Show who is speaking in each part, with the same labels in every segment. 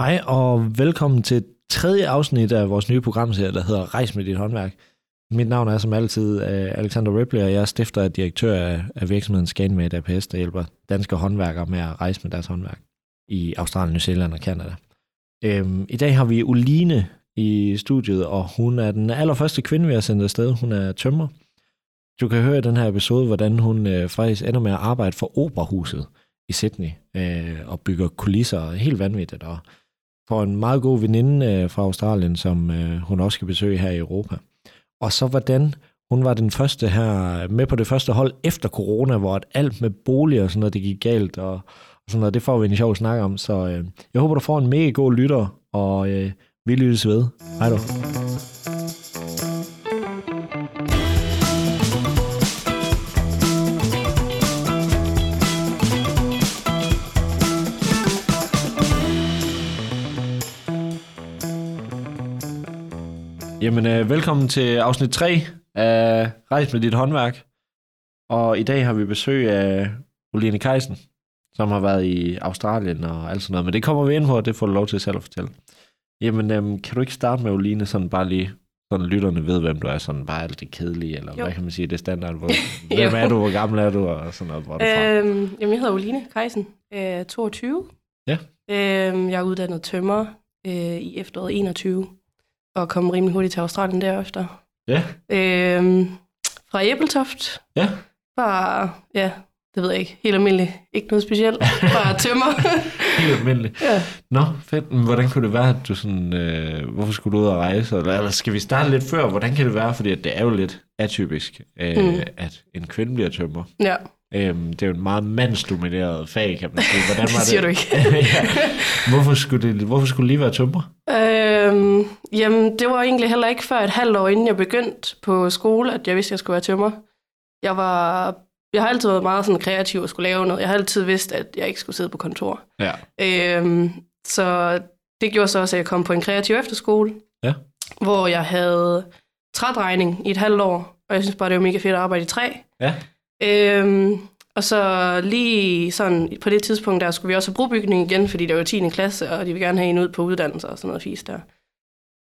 Speaker 1: Hej og velkommen til tredje afsnit af vores nye programserie, der hedder Rejs med dit håndværk. Mit navn er som altid øh, Alexander Ripley, og jeg er stifter og direktør af, af virksomheden ScanMade APS, der hjælper danske håndværkere med at rejse med deres håndværk i Australien, New Zealand og Canada. Øhm, I dag har vi Uline i studiet, og hun er den allerførste kvinde, vi har sendt afsted. Hun er tømmer. Du kan høre i den her episode, hvordan hun øh, faktisk ender med at arbejde for Operahuset i Sydney øh, og bygger kulisser helt vanvittigt. Og får en meget god veninde øh, fra Australien, som øh, hun også skal besøge her i Europa. Og så hvordan hun var den første her med på det første hold efter corona, hvor at alt med bolig og sådan noget, det gik galt. Og, og sådan noget, det får vi en sjov snak om. Så øh, jeg håber, du får en mega god lytter, og øh, vi lyttes ved. Hej du. Jamen, øh, velkommen til afsnit 3 af Rejs med dit håndværk. Og i dag har vi besøg af Uline Kejsen, som har været i Australien og alt sådan noget. Men det kommer vi ind på, og det får du lov til selv at fortælle. Jamen, øhm, kan du ikke starte med Uline, sådan bare lige, sådan lytterne ved, hvem du er, sådan bare alt det kedelige, eller
Speaker 2: Jo.
Speaker 1: jo. hvad kan man sige, det er standard, hvor, hvem er du, hvor gammel er du, og sådan noget, hvor er du fra?
Speaker 2: Øhm, jamen, jeg hedder Oline Kejsen, øh, 22.
Speaker 1: Ja.
Speaker 2: Øhm, jeg er uddannet tømmer øh, i efteråret 21, og kom rimelig hurtigt til Australien derefter.
Speaker 1: Ja,
Speaker 2: Øhm, fra Æbeltoft.
Speaker 1: Ja.
Speaker 2: Bare, ja, det ved jeg ikke, helt almindeligt. Ikke noget specielt, bare tømmer.
Speaker 1: helt almindeligt.
Speaker 2: ja.
Speaker 1: Nå, fedt. Men hvordan kunne det være, at du sådan, øh, hvorfor skulle du ud og rejse? Eller, eller skal vi starte lidt før? Hvordan kan det være? Fordi at det er jo lidt atypisk, øh,
Speaker 2: Mm.
Speaker 1: mm. at en kvinde bliver tømmer.
Speaker 2: ja,
Speaker 1: Øh, det er jo et meget mandsdomineret fag, kan man sige. Hvordan
Speaker 2: det
Speaker 1: var
Speaker 2: siger
Speaker 1: det?
Speaker 2: du ikke.
Speaker 1: ja. hvorfor, skulle det, hvorfor skulle det lige være tømmer?
Speaker 2: Øhm, jamen, det var egentlig heller ikke før et halvt år, inden jeg begyndte på skole, at jeg vidste, at jeg skulle være tømmer. Jeg, var, jeg har altid været meget sådan kreativ og skulle lave noget. Jeg har altid vidst, at jeg ikke skulle sidde på kontor.
Speaker 1: Ja.
Speaker 2: Øhm, så det gjorde så også, at jeg kom på en kreativ efterskole,
Speaker 1: Ja.
Speaker 2: hvor jeg havde trædrejning i et halvt år, og jeg synes bare, det var mega fedt at arbejde i træ.
Speaker 1: Ja.
Speaker 2: Øhm, og så lige sådan på det tidspunkt, der skulle vi også have brobygning igen, fordi det var 10. klasse, og de ville gerne have en ud på uddannelse og sådan noget fisk der.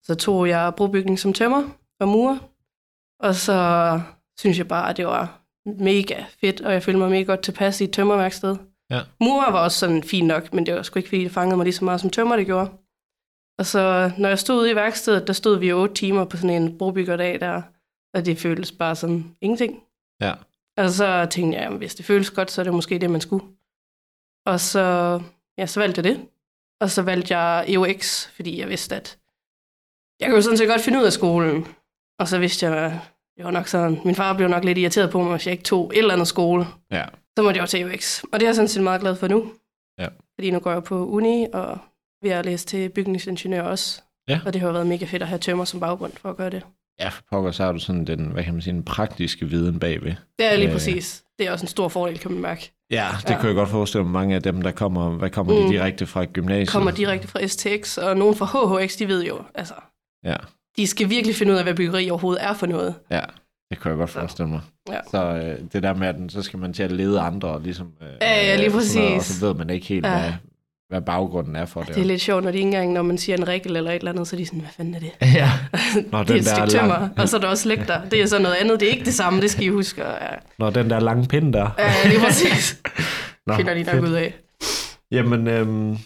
Speaker 2: Så tog jeg brobygning som tømmer og murer, og så synes jeg bare, at det var mega fedt, og jeg følte mig mega godt tilpas i et tømmerværksted.
Speaker 1: Ja.
Speaker 2: Murer var også sådan fint nok, men det var sgu ikke, fordi det fangede mig lige så meget, som tømmer det gjorde. Og så når jeg stod ude i værkstedet, der stod vi jo otte timer på sådan en brobyggerdag der, og det føltes bare som ingenting.
Speaker 1: Ja.
Speaker 2: Og så tænkte jeg, jamen, hvis det føles godt, så er det måske det, man skulle. Og så, ja, så valgte jeg det. Og så valgte jeg EUX, fordi jeg vidste, at jeg kunne sådan set godt finde ud af skolen. Og så vidste jeg, at det var nok sådan, min far blev nok lidt irriteret på mig, hvis jeg ikke tog et eller andet skole.
Speaker 1: Ja.
Speaker 2: Så måtte jeg jo til EUX. Og det er jeg sådan set meget glad for nu.
Speaker 1: Ja.
Speaker 2: Fordi nu går jeg på uni og ved at læse til bygningsingeniør også.
Speaker 1: Ja.
Speaker 2: Og det har jo været mega fedt at have tømmer som baggrund for at gøre det.
Speaker 1: Ja, for pokker, så har du sådan den, hvad kan man sige, den praktiske viden bagved.
Speaker 2: Det er lige
Speaker 1: Øh.
Speaker 2: præcis. Det er også en stor fordel, kan man mærke.
Speaker 1: Ja, det
Speaker 2: Ja.
Speaker 1: ja. kunne jeg godt forestille mig, mange af dem, der kommer, hvad kommer mm.
Speaker 2: Mm.
Speaker 1: de direkte fra gymnasiet?
Speaker 2: Kommer direkte fra STX, og nogen fra HHX, de ved jo, altså,
Speaker 1: Ja,
Speaker 2: de skal virkelig finde ud af, hvad byggeri overhovedet er for noget.
Speaker 1: ja. Det kunne jeg godt forestille mig.
Speaker 2: Ja.
Speaker 1: Så øh, det der med, at den, så skal man til at lede andre, og ligesom, øh,
Speaker 2: ja, lige
Speaker 1: øh, sådan noget, Og
Speaker 2: præcis.
Speaker 1: så ved man ikke helt,
Speaker 2: Ja.
Speaker 1: ja. hvad, hvad baggrunden er for det.
Speaker 2: Det er lidt sjovt, når de ikke engang, når man siger en regel eller et eller andet, så er de sådan, hvad fanden er det?
Speaker 1: Ja. Nå,
Speaker 2: det er
Speaker 1: den
Speaker 2: et
Speaker 1: der
Speaker 2: stykke
Speaker 1: er lang.
Speaker 2: tømmer, og så er der også lægter. Det er så noget andet, det er ikke det samme, det skal I huske. Og, ja,
Speaker 1: Når den der lange pind der.
Speaker 2: ja lige præcis.
Speaker 1: Nå,
Speaker 2: Finder de nok
Speaker 1: fedt.
Speaker 2: ud af.
Speaker 1: Jamen, øhm,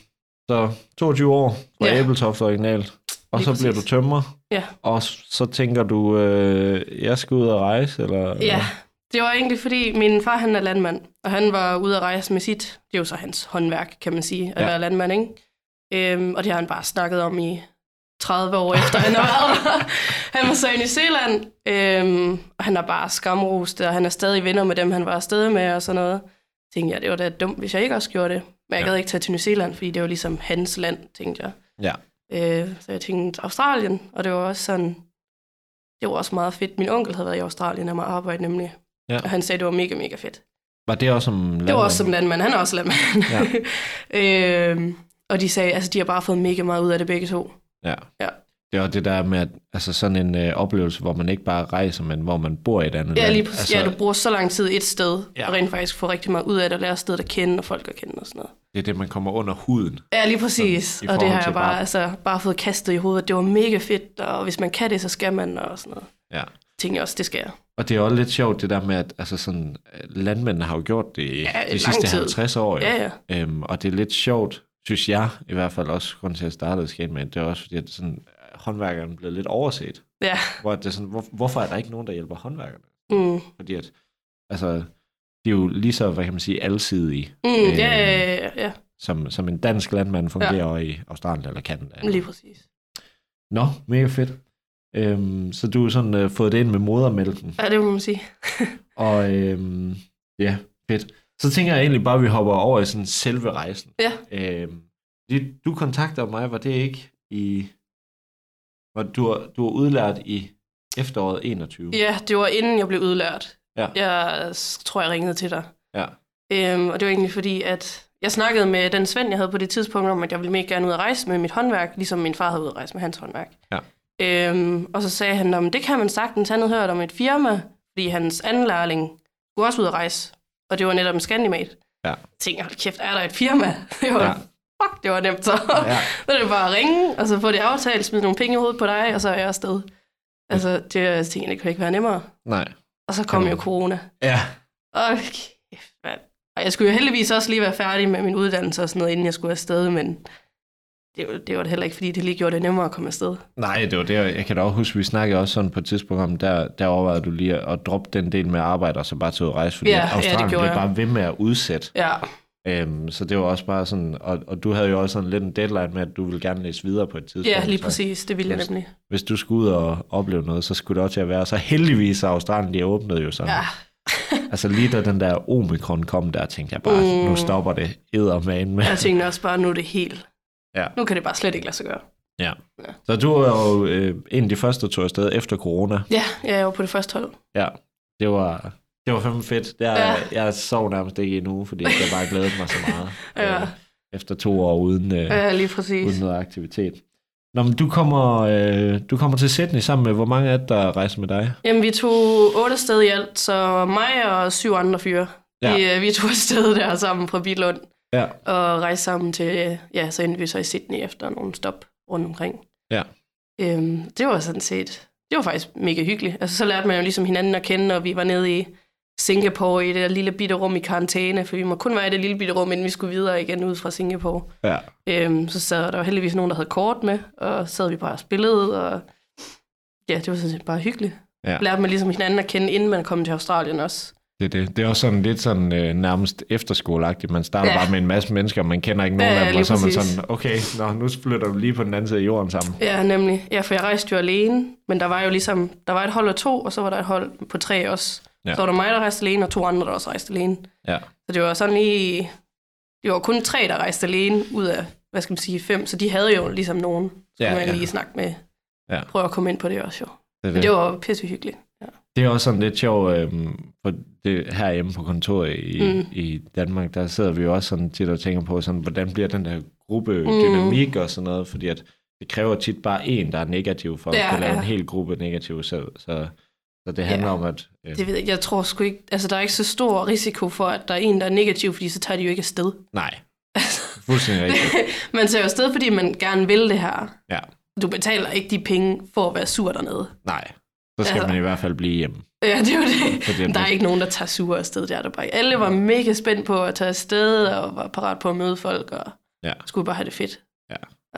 Speaker 1: så 22 år fra
Speaker 2: Ja.
Speaker 1: ja. Æbletoft originalt, og
Speaker 2: Lige
Speaker 1: så bliver du
Speaker 2: præcis.
Speaker 1: tømmer,
Speaker 2: Ja.
Speaker 1: og s- så tænker du, øh, jeg skal ud og rejse, eller?
Speaker 2: Ja, det var egentlig fordi, min far han er landmand, og han var ude at rejse med sit, det er jo så hans håndværk, kan man sige, at ja.
Speaker 1: Ja.
Speaker 2: være landmand, ikke? Øhm, og det har han bare snakket om i 30 år efter, han har været der. Han var så i New Zealand, øhm, og han er bare skamrost, og han er stadig venner med dem, han var afsted med og sådan noget. Tænkte jeg, det var da dumt, hvis jeg ikke også gjorde det. Men jeg
Speaker 1: Ja.
Speaker 2: gad ikke tage til New Zealand, fordi det var ligesom hans land, tænkte jeg.
Speaker 1: Ja.
Speaker 2: Øh, så jeg tænkte Australien, og det var også sådan, det var også meget fedt. Min onkel havde været i Australien og mig arbejde nemlig,
Speaker 1: Ja.
Speaker 2: og han sagde, det var mega, mega fedt.
Speaker 1: Var det også som landmand?
Speaker 2: Det var også som landmand, han er også landmand.
Speaker 1: Ja.
Speaker 2: øhm, og de sagde, altså de har bare fået mega meget ud af det begge to.
Speaker 1: Ja.
Speaker 2: Ja.
Speaker 1: Det er jo det der med, at altså sådan en øh, oplevelse, hvor man ikke bare rejser, men hvor man bor i et andet
Speaker 2: Ja,
Speaker 1: land.
Speaker 2: lige præcis.
Speaker 1: altså,
Speaker 2: Altså, ja, du bruger så lang tid et sted,
Speaker 1: Ja.
Speaker 2: ja. og rent faktisk får rigtig meget ud af det, og lærer stedet at kende, og folk at kende og sådan noget.
Speaker 1: Det er det, man kommer under huden.
Speaker 2: Ja, lige præcis.
Speaker 1: i
Speaker 2: Og det
Speaker 1: forhold
Speaker 2: har
Speaker 1: til
Speaker 2: jeg bare,
Speaker 1: bare-
Speaker 2: altså, bare fået kastet i hovedet. Det var mega fedt, og hvis man kan det, så skal man, og sådan noget.
Speaker 1: Ja.
Speaker 2: Tænkte jeg også, det skal jeg.
Speaker 1: Og det er også lidt sjovt, det der med, at altså sådan, øh, landmændene har jo gjort det i
Speaker 2: Ja,
Speaker 1: ja, de
Speaker 2: lang
Speaker 1: sidste
Speaker 2: tid.
Speaker 1: 50 år. Jo.
Speaker 2: Ja, ja.
Speaker 1: Øhm, og det er lidt sjovt, synes jeg, i hvert fald også, grund til at jeg startede skate med, det er også fordi, at sådan, øh, håndværkerne blev lidt overset.
Speaker 2: Ja.
Speaker 1: Hvor det er sådan, hvor, hvorfor er der ikke nogen, der hjælper håndværkerne?
Speaker 2: Mm.
Speaker 1: Fordi at, altså, de er jo lige så, hvad kan man sige, alsidige,
Speaker 2: Mm,
Speaker 1: Øh,
Speaker 2: ja, ja, ja, ja,
Speaker 1: som, som en dansk landmand fungerer ja. i Australien eller Kanada.
Speaker 2: ja, lige præcis.
Speaker 1: Nå, mega fedt. Øhm, så du har sådan øh, fået det ind med modermælken.
Speaker 2: Ja, det må man sige.
Speaker 1: Og øhm, ja, fedt. Så tænker jeg egentlig bare, at vi hopper over i sådan selve rejsen.
Speaker 2: Ja.
Speaker 1: Øhm, fordi du kontakter mig, var det ikke i... Var du, du var udlært i efteråret 21.
Speaker 2: Ja, det var inden jeg blev udlært.
Speaker 1: Ja.
Speaker 2: Jeg s- tror, jeg ringede til dig.
Speaker 1: Ja.
Speaker 2: Øhm, og det var egentlig fordi, at jeg snakkede med den Svend, jeg havde på det tidspunkt, om at jeg ville mega gerne ud at rejse med mit håndværk, ligesom min far havde ud at rejse med hans håndværk.
Speaker 1: Ja.
Speaker 2: Øhm, og så sagde han, at det kan man sagtens. Han havde hørt om et firma, fordi hans anden lærling skulle også ud at rejse. Og det var netop en Scandimat.
Speaker 1: Ja.
Speaker 2: Jeg tænkte, hold kæft, er der et firma? Det var,
Speaker 1: Ja.
Speaker 2: ja. Fuck, det var nemt så.
Speaker 1: Ja.
Speaker 2: Så er det bare at ringe, og så få det aftalt, smide nogle penge i hovedet på dig, og så er jeg afsted. Altså, det jeg tænkte, det kunne ikke være nemmere.
Speaker 1: Nej.
Speaker 2: Og så kom
Speaker 1: Kan
Speaker 2: jo
Speaker 1: du-
Speaker 2: corona.
Speaker 1: Ja.
Speaker 2: Og kæft, mand. Og jeg skulle jo heldigvis også lige være færdig med min uddannelse og sådan noget, inden jeg skulle afsted, men det, var- det var det heller ikke, fordi det lige gjorde det nemmere at komme afsted.
Speaker 1: Nej, det var det. og Jeg kan da også huske, vi snakkede også sådan på et tidspunkt om, der, der overvejede du lige at, at droppe den del med arbejde, og så bare tage ud og rejse, fordi
Speaker 2: Ja,
Speaker 1: at
Speaker 2: ja, det
Speaker 1: Australien
Speaker 2: gjorde
Speaker 1: blev
Speaker 2: jeg.
Speaker 1: bare ved med at udsætte.
Speaker 2: Ja,
Speaker 1: Øhm, så det var også bare sådan, og, og du havde jo også sådan lidt en deadline med, at du ville gerne læse videre på et tidspunkt.
Speaker 2: ja lige
Speaker 1: så-
Speaker 2: præcis. Det ville jeg
Speaker 1: Yes.
Speaker 2: nemlig.
Speaker 1: hvis du skulle ud og opleve noget, så skulle det også til at være. Så heldigvis er Australien, de åbnede jo sådan.
Speaker 2: Ja,
Speaker 1: Altså lige da den der omikron kom, der tænkte jeg bare, mm.
Speaker 2: Mm.
Speaker 1: nu stopper det eddermane med.
Speaker 2: jeg tænkte også bare, nu er det helt.
Speaker 1: Ja.
Speaker 2: Nu kan det bare slet ikke lade sig gøre.
Speaker 1: Ja.
Speaker 2: Ja.
Speaker 1: Så du var jo øh, en af de første, der tog afsted efter corona.
Speaker 2: Ja, jeg var på det første hold.
Speaker 1: Ja, det var, det var fandme fedt. Der, ja.
Speaker 2: Ja.
Speaker 1: Jeg sov nærmest ikke endnu, fordi jeg bare glædede mig så meget.
Speaker 2: Ja.
Speaker 1: øh, efter to år uden, øh,
Speaker 2: Ja, lige præcis.
Speaker 1: uden noget aktivitet. Nå, men du kommer, øh, du kommer til Sydney sammen med, hvor mange er det, der rejser med dig?
Speaker 2: Jamen, vi tog otte sted i alt, så mig og syv andre fyre.
Speaker 1: Ja.
Speaker 2: Ja. Vi, øh, vi tog afsted der sammen fra Bilund
Speaker 1: Ja.
Speaker 2: og rejste sammen til, øh, ja, så endte vi så i Sydney efter nogle stop rundt omkring.
Speaker 1: Ja.
Speaker 2: Øhm, det var sådan set, det var faktisk mega hyggeligt. Altså, så lærte man jo ligesom hinanden at kende, og vi var nede i Singapore i det der lille bitte rum i karantæne, for vi må kun være i det lille bitte rum, inden vi skulle videre igen ud fra Singapore.
Speaker 1: Ja.
Speaker 2: Øhm, så sad der jo heldigvis nogen, der havde kort med, og sad vi bare og spillede, og ja, det var sådan set bare hyggeligt.
Speaker 1: Ja.
Speaker 2: Lærte man ligesom hinanden at kende, inden man kom til Australien også.
Speaker 1: Det er det. Det er også sådan lidt sådan øh, nærmest efterskoleagtigt. Man starter ja.
Speaker 2: Ja.
Speaker 1: bare med en masse mennesker, og man kender ikke nogen
Speaker 2: Ja,
Speaker 1: ja,
Speaker 2: ja,
Speaker 1: af dem,
Speaker 2: lige
Speaker 1: og så er man
Speaker 2: præcis.
Speaker 1: sådan, okay, nå, nu flytter vi lige på den anden side af jorden sammen.
Speaker 2: Ja, nemlig. Ja, for jeg rejste jo alene, men der var jo ligesom, der var et hold af to, og så var der et hold på tre også.
Speaker 1: Ja.
Speaker 2: Ja. Så var der mig, der rejste alene, og to andre, der også rejste alene.
Speaker 1: Ja.
Speaker 2: Så det var sådan lige, det var kun tre, der rejste alene ud af, hvad skal man sige, fem, så de havde jo ligesom nogen, som
Speaker 1: Ja,
Speaker 2: man
Speaker 1: ja.
Speaker 2: lige snakke med.
Speaker 1: Ja.
Speaker 2: Prøv at komme ind på det også jo.
Speaker 1: Det er,
Speaker 2: Men
Speaker 1: det.
Speaker 2: det var pisse hyggeligt. Ja.
Speaker 1: det er også sådan lidt sjovt, øh, for det, herhjemme på kontoret i, mm.
Speaker 2: Mm.
Speaker 1: i Danmark, der sidder vi jo også sådan tit og tænker på, sådan, hvordan bliver den
Speaker 2: Mm.
Speaker 1: der gruppedynamik mm. og sådan noget, fordi at det kræver tit bare en, der er negativ, for ja,
Speaker 2: Ja,
Speaker 1: at kunne lave
Speaker 2: ja.
Speaker 1: en hel gruppe negativ selv. Så, så det handler ja.
Speaker 2: Ja.
Speaker 1: om, at... Øh,
Speaker 2: Det ved jeg, jeg tror sgu ikke, altså der er ikke så stor risiko for, at der er en, der er negativ, fordi så tager de jo ikke afsted.
Speaker 1: Nej.
Speaker 2: Altså.
Speaker 1: Fuldstændig rigtigt.
Speaker 2: man tager jo afsted, fordi man gerne vil det her.
Speaker 1: Ja.
Speaker 2: Du betaler ikke de penge for at være sur dernede.
Speaker 1: Nej. Så skal
Speaker 2: Altså-
Speaker 1: man i hvert fald blive hjemme.
Speaker 2: Ja, det var det.
Speaker 1: Fordi at
Speaker 2: Der er
Speaker 1: hvis-
Speaker 2: ikke nogen, der tager sure afsted. Det er der bare ikke. Alle var mega spændt på at tage afsted, og var parat på at møde folk, og
Speaker 1: Ja.
Speaker 2: skulle bare have det fedt.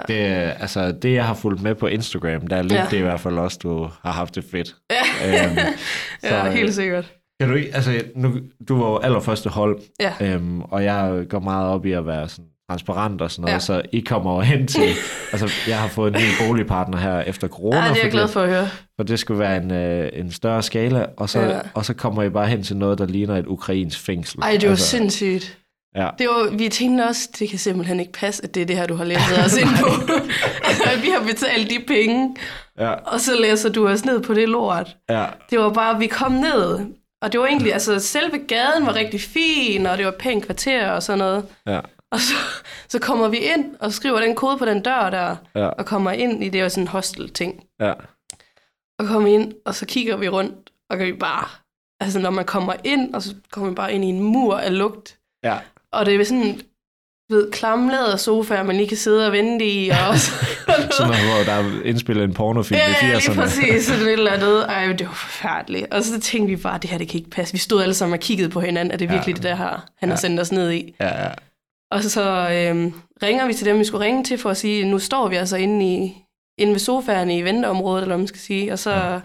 Speaker 1: Det, er- altså, det, jeg har fulgt med på Instagram, der er lidt ja.
Speaker 2: Ja.
Speaker 1: det i hvert fald også, du har haft det fedt.
Speaker 2: Ja,
Speaker 1: Øhm, så, øh,
Speaker 2: ja helt sikkert.
Speaker 1: kan du ikke, altså, nu, du var jo allerførste hold,
Speaker 2: Ja.
Speaker 1: øhm, og jeg går meget op i at være sådan transparent og sådan noget, ja. så
Speaker 2: Ja.
Speaker 1: I kommer jo hen til, altså jeg har fået en ny boligpartner her efter corona,
Speaker 2: Ja, det er jeg
Speaker 1: fordi-
Speaker 2: glad for at høre.
Speaker 1: for det skulle være en, øh, en større skala, og så, ja.
Speaker 2: Ja.
Speaker 1: og så kommer I bare hen til noget, der ligner et ukrainsk fængsel.
Speaker 2: Ej, det var altså, sindssygt.
Speaker 1: Ja.
Speaker 2: Det var, vi tænkte også, det kan simpelthen ikke passe, at det er det her, du har læst os ind på. altså, vi har betalt de penge,
Speaker 1: Ja,
Speaker 2: og så læser du os ned på det lort.
Speaker 1: ja,
Speaker 2: Det var bare, vi kom ned, og det var egentlig, altså selve gaden var rigtig fin, og det var et pænt kvarter og sådan noget.
Speaker 1: ja.
Speaker 2: Og så, så kommer vi ind og skriver den kode på den dør der,
Speaker 1: Ja.
Speaker 2: og kommer ind i det var sådan en hostel-ting.
Speaker 1: Ja.
Speaker 2: Og kommer ind, og så kigger vi rundt, og kan vi bare... Altså, når man kommer ind, og så kommer man bare ind i en mur af lugt.
Speaker 1: Ja.
Speaker 2: Og det er sådan, du ved, klamlader sofaer, man lige kan sidde og vente i, og
Speaker 1: Sådan noget, hvor der er indspillet en pornofilm i
Speaker 2: Ja, ja,
Speaker 1: 80'erne.
Speaker 2: lige præcis. Sådan et eller andet. Ej, men det var forfærdeligt. Og så tænkte vi bare, det her, det kan ikke passe. Vi stod alle sammen og kiggede på hinanden. Er det virkelig
Speaker 1: Ja.
Speaker 2: ja. det der her, han har
Speaker 1: Ja.
Speaker 2: sendt os ned i?
Speaker 1: Ja, ja.
Speaker 2: Og så øhm, ringer vi til dem, vi skulle ringe til, for at sige, nu står vi altså inde, i, inde ved sofaerne i venteområdet, eller hvad man skal sige. Og så,
Speaker 1: Ja.
Speaker 2: ja.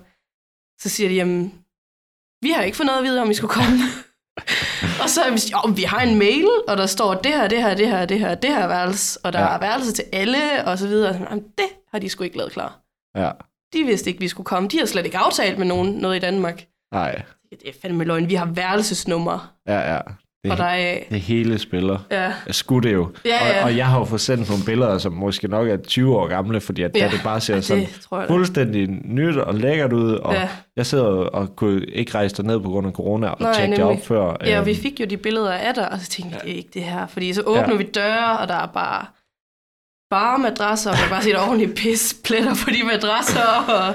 Speaker 2: så siger de, jamen, vi har ikke fået noget at vide, om vi skulle komme. og så er vi, jo, vi har en mail, og der står det her, det her, det her, det her, det her værelse, og der
Speaker 1: Ja.
Speaker 2: ja. er værelse til alle, og så videre. Jamen, det har de sgu ikke lavet klar.
Speaker 1: ja.
Speaker 2: De vidste ikke, vi skulle komme. De har slet ikke aftalt med nogen noget i Danmark.
Speaker 1: Nej.
Speaker 2: Det er fandme løgn. Vi har værelsesnummer,
Speaker 1: Ja, ja. Det,
Speaker 2: og der er...
Speaker 1: det hele spiller.
Speaker 2: Ja,
Speaker 1: Skulle det jo.
Speaker 2: Ja, ja.
Speaker 1: Og, og jeg har jo fået sendt nogle billeder, som måske nok er 20 år gamle, fordi at
Speaker 2: Ja,
Speaker 1: ja. det bare ser
Speaker 2: ej,
Speaker 1: ja,
Speaker 2: det
Speaker 1: sådan
Speaker 2: tror jeg da.
Speaker 1: fuldstændig nyt og lækkert ud. Og ja.
Speaker 2: Ja.
Speaker 1: jeg sidder jo og kunne ikke rejse derned på grund af corona og
Speaker 2: Nej,
Speaker 1: tjekke det op
Speaker 2: nemlig.
Speaker 1: før.
Speaker 2: ja,
Speaker 1: øhm,
Speaker 2: og vi fik jo de billeder af dig, og så tænkte vi, det er ikke det her. Fordi så åbner
Speaker 1: Ja.
Speaker 2: ja. vi døre, og der er bare bare madrasser, og man kan bare se, der er ordentligt pis pletter på de madrasser,
Speaker 1: Ja.
Speaker 2: og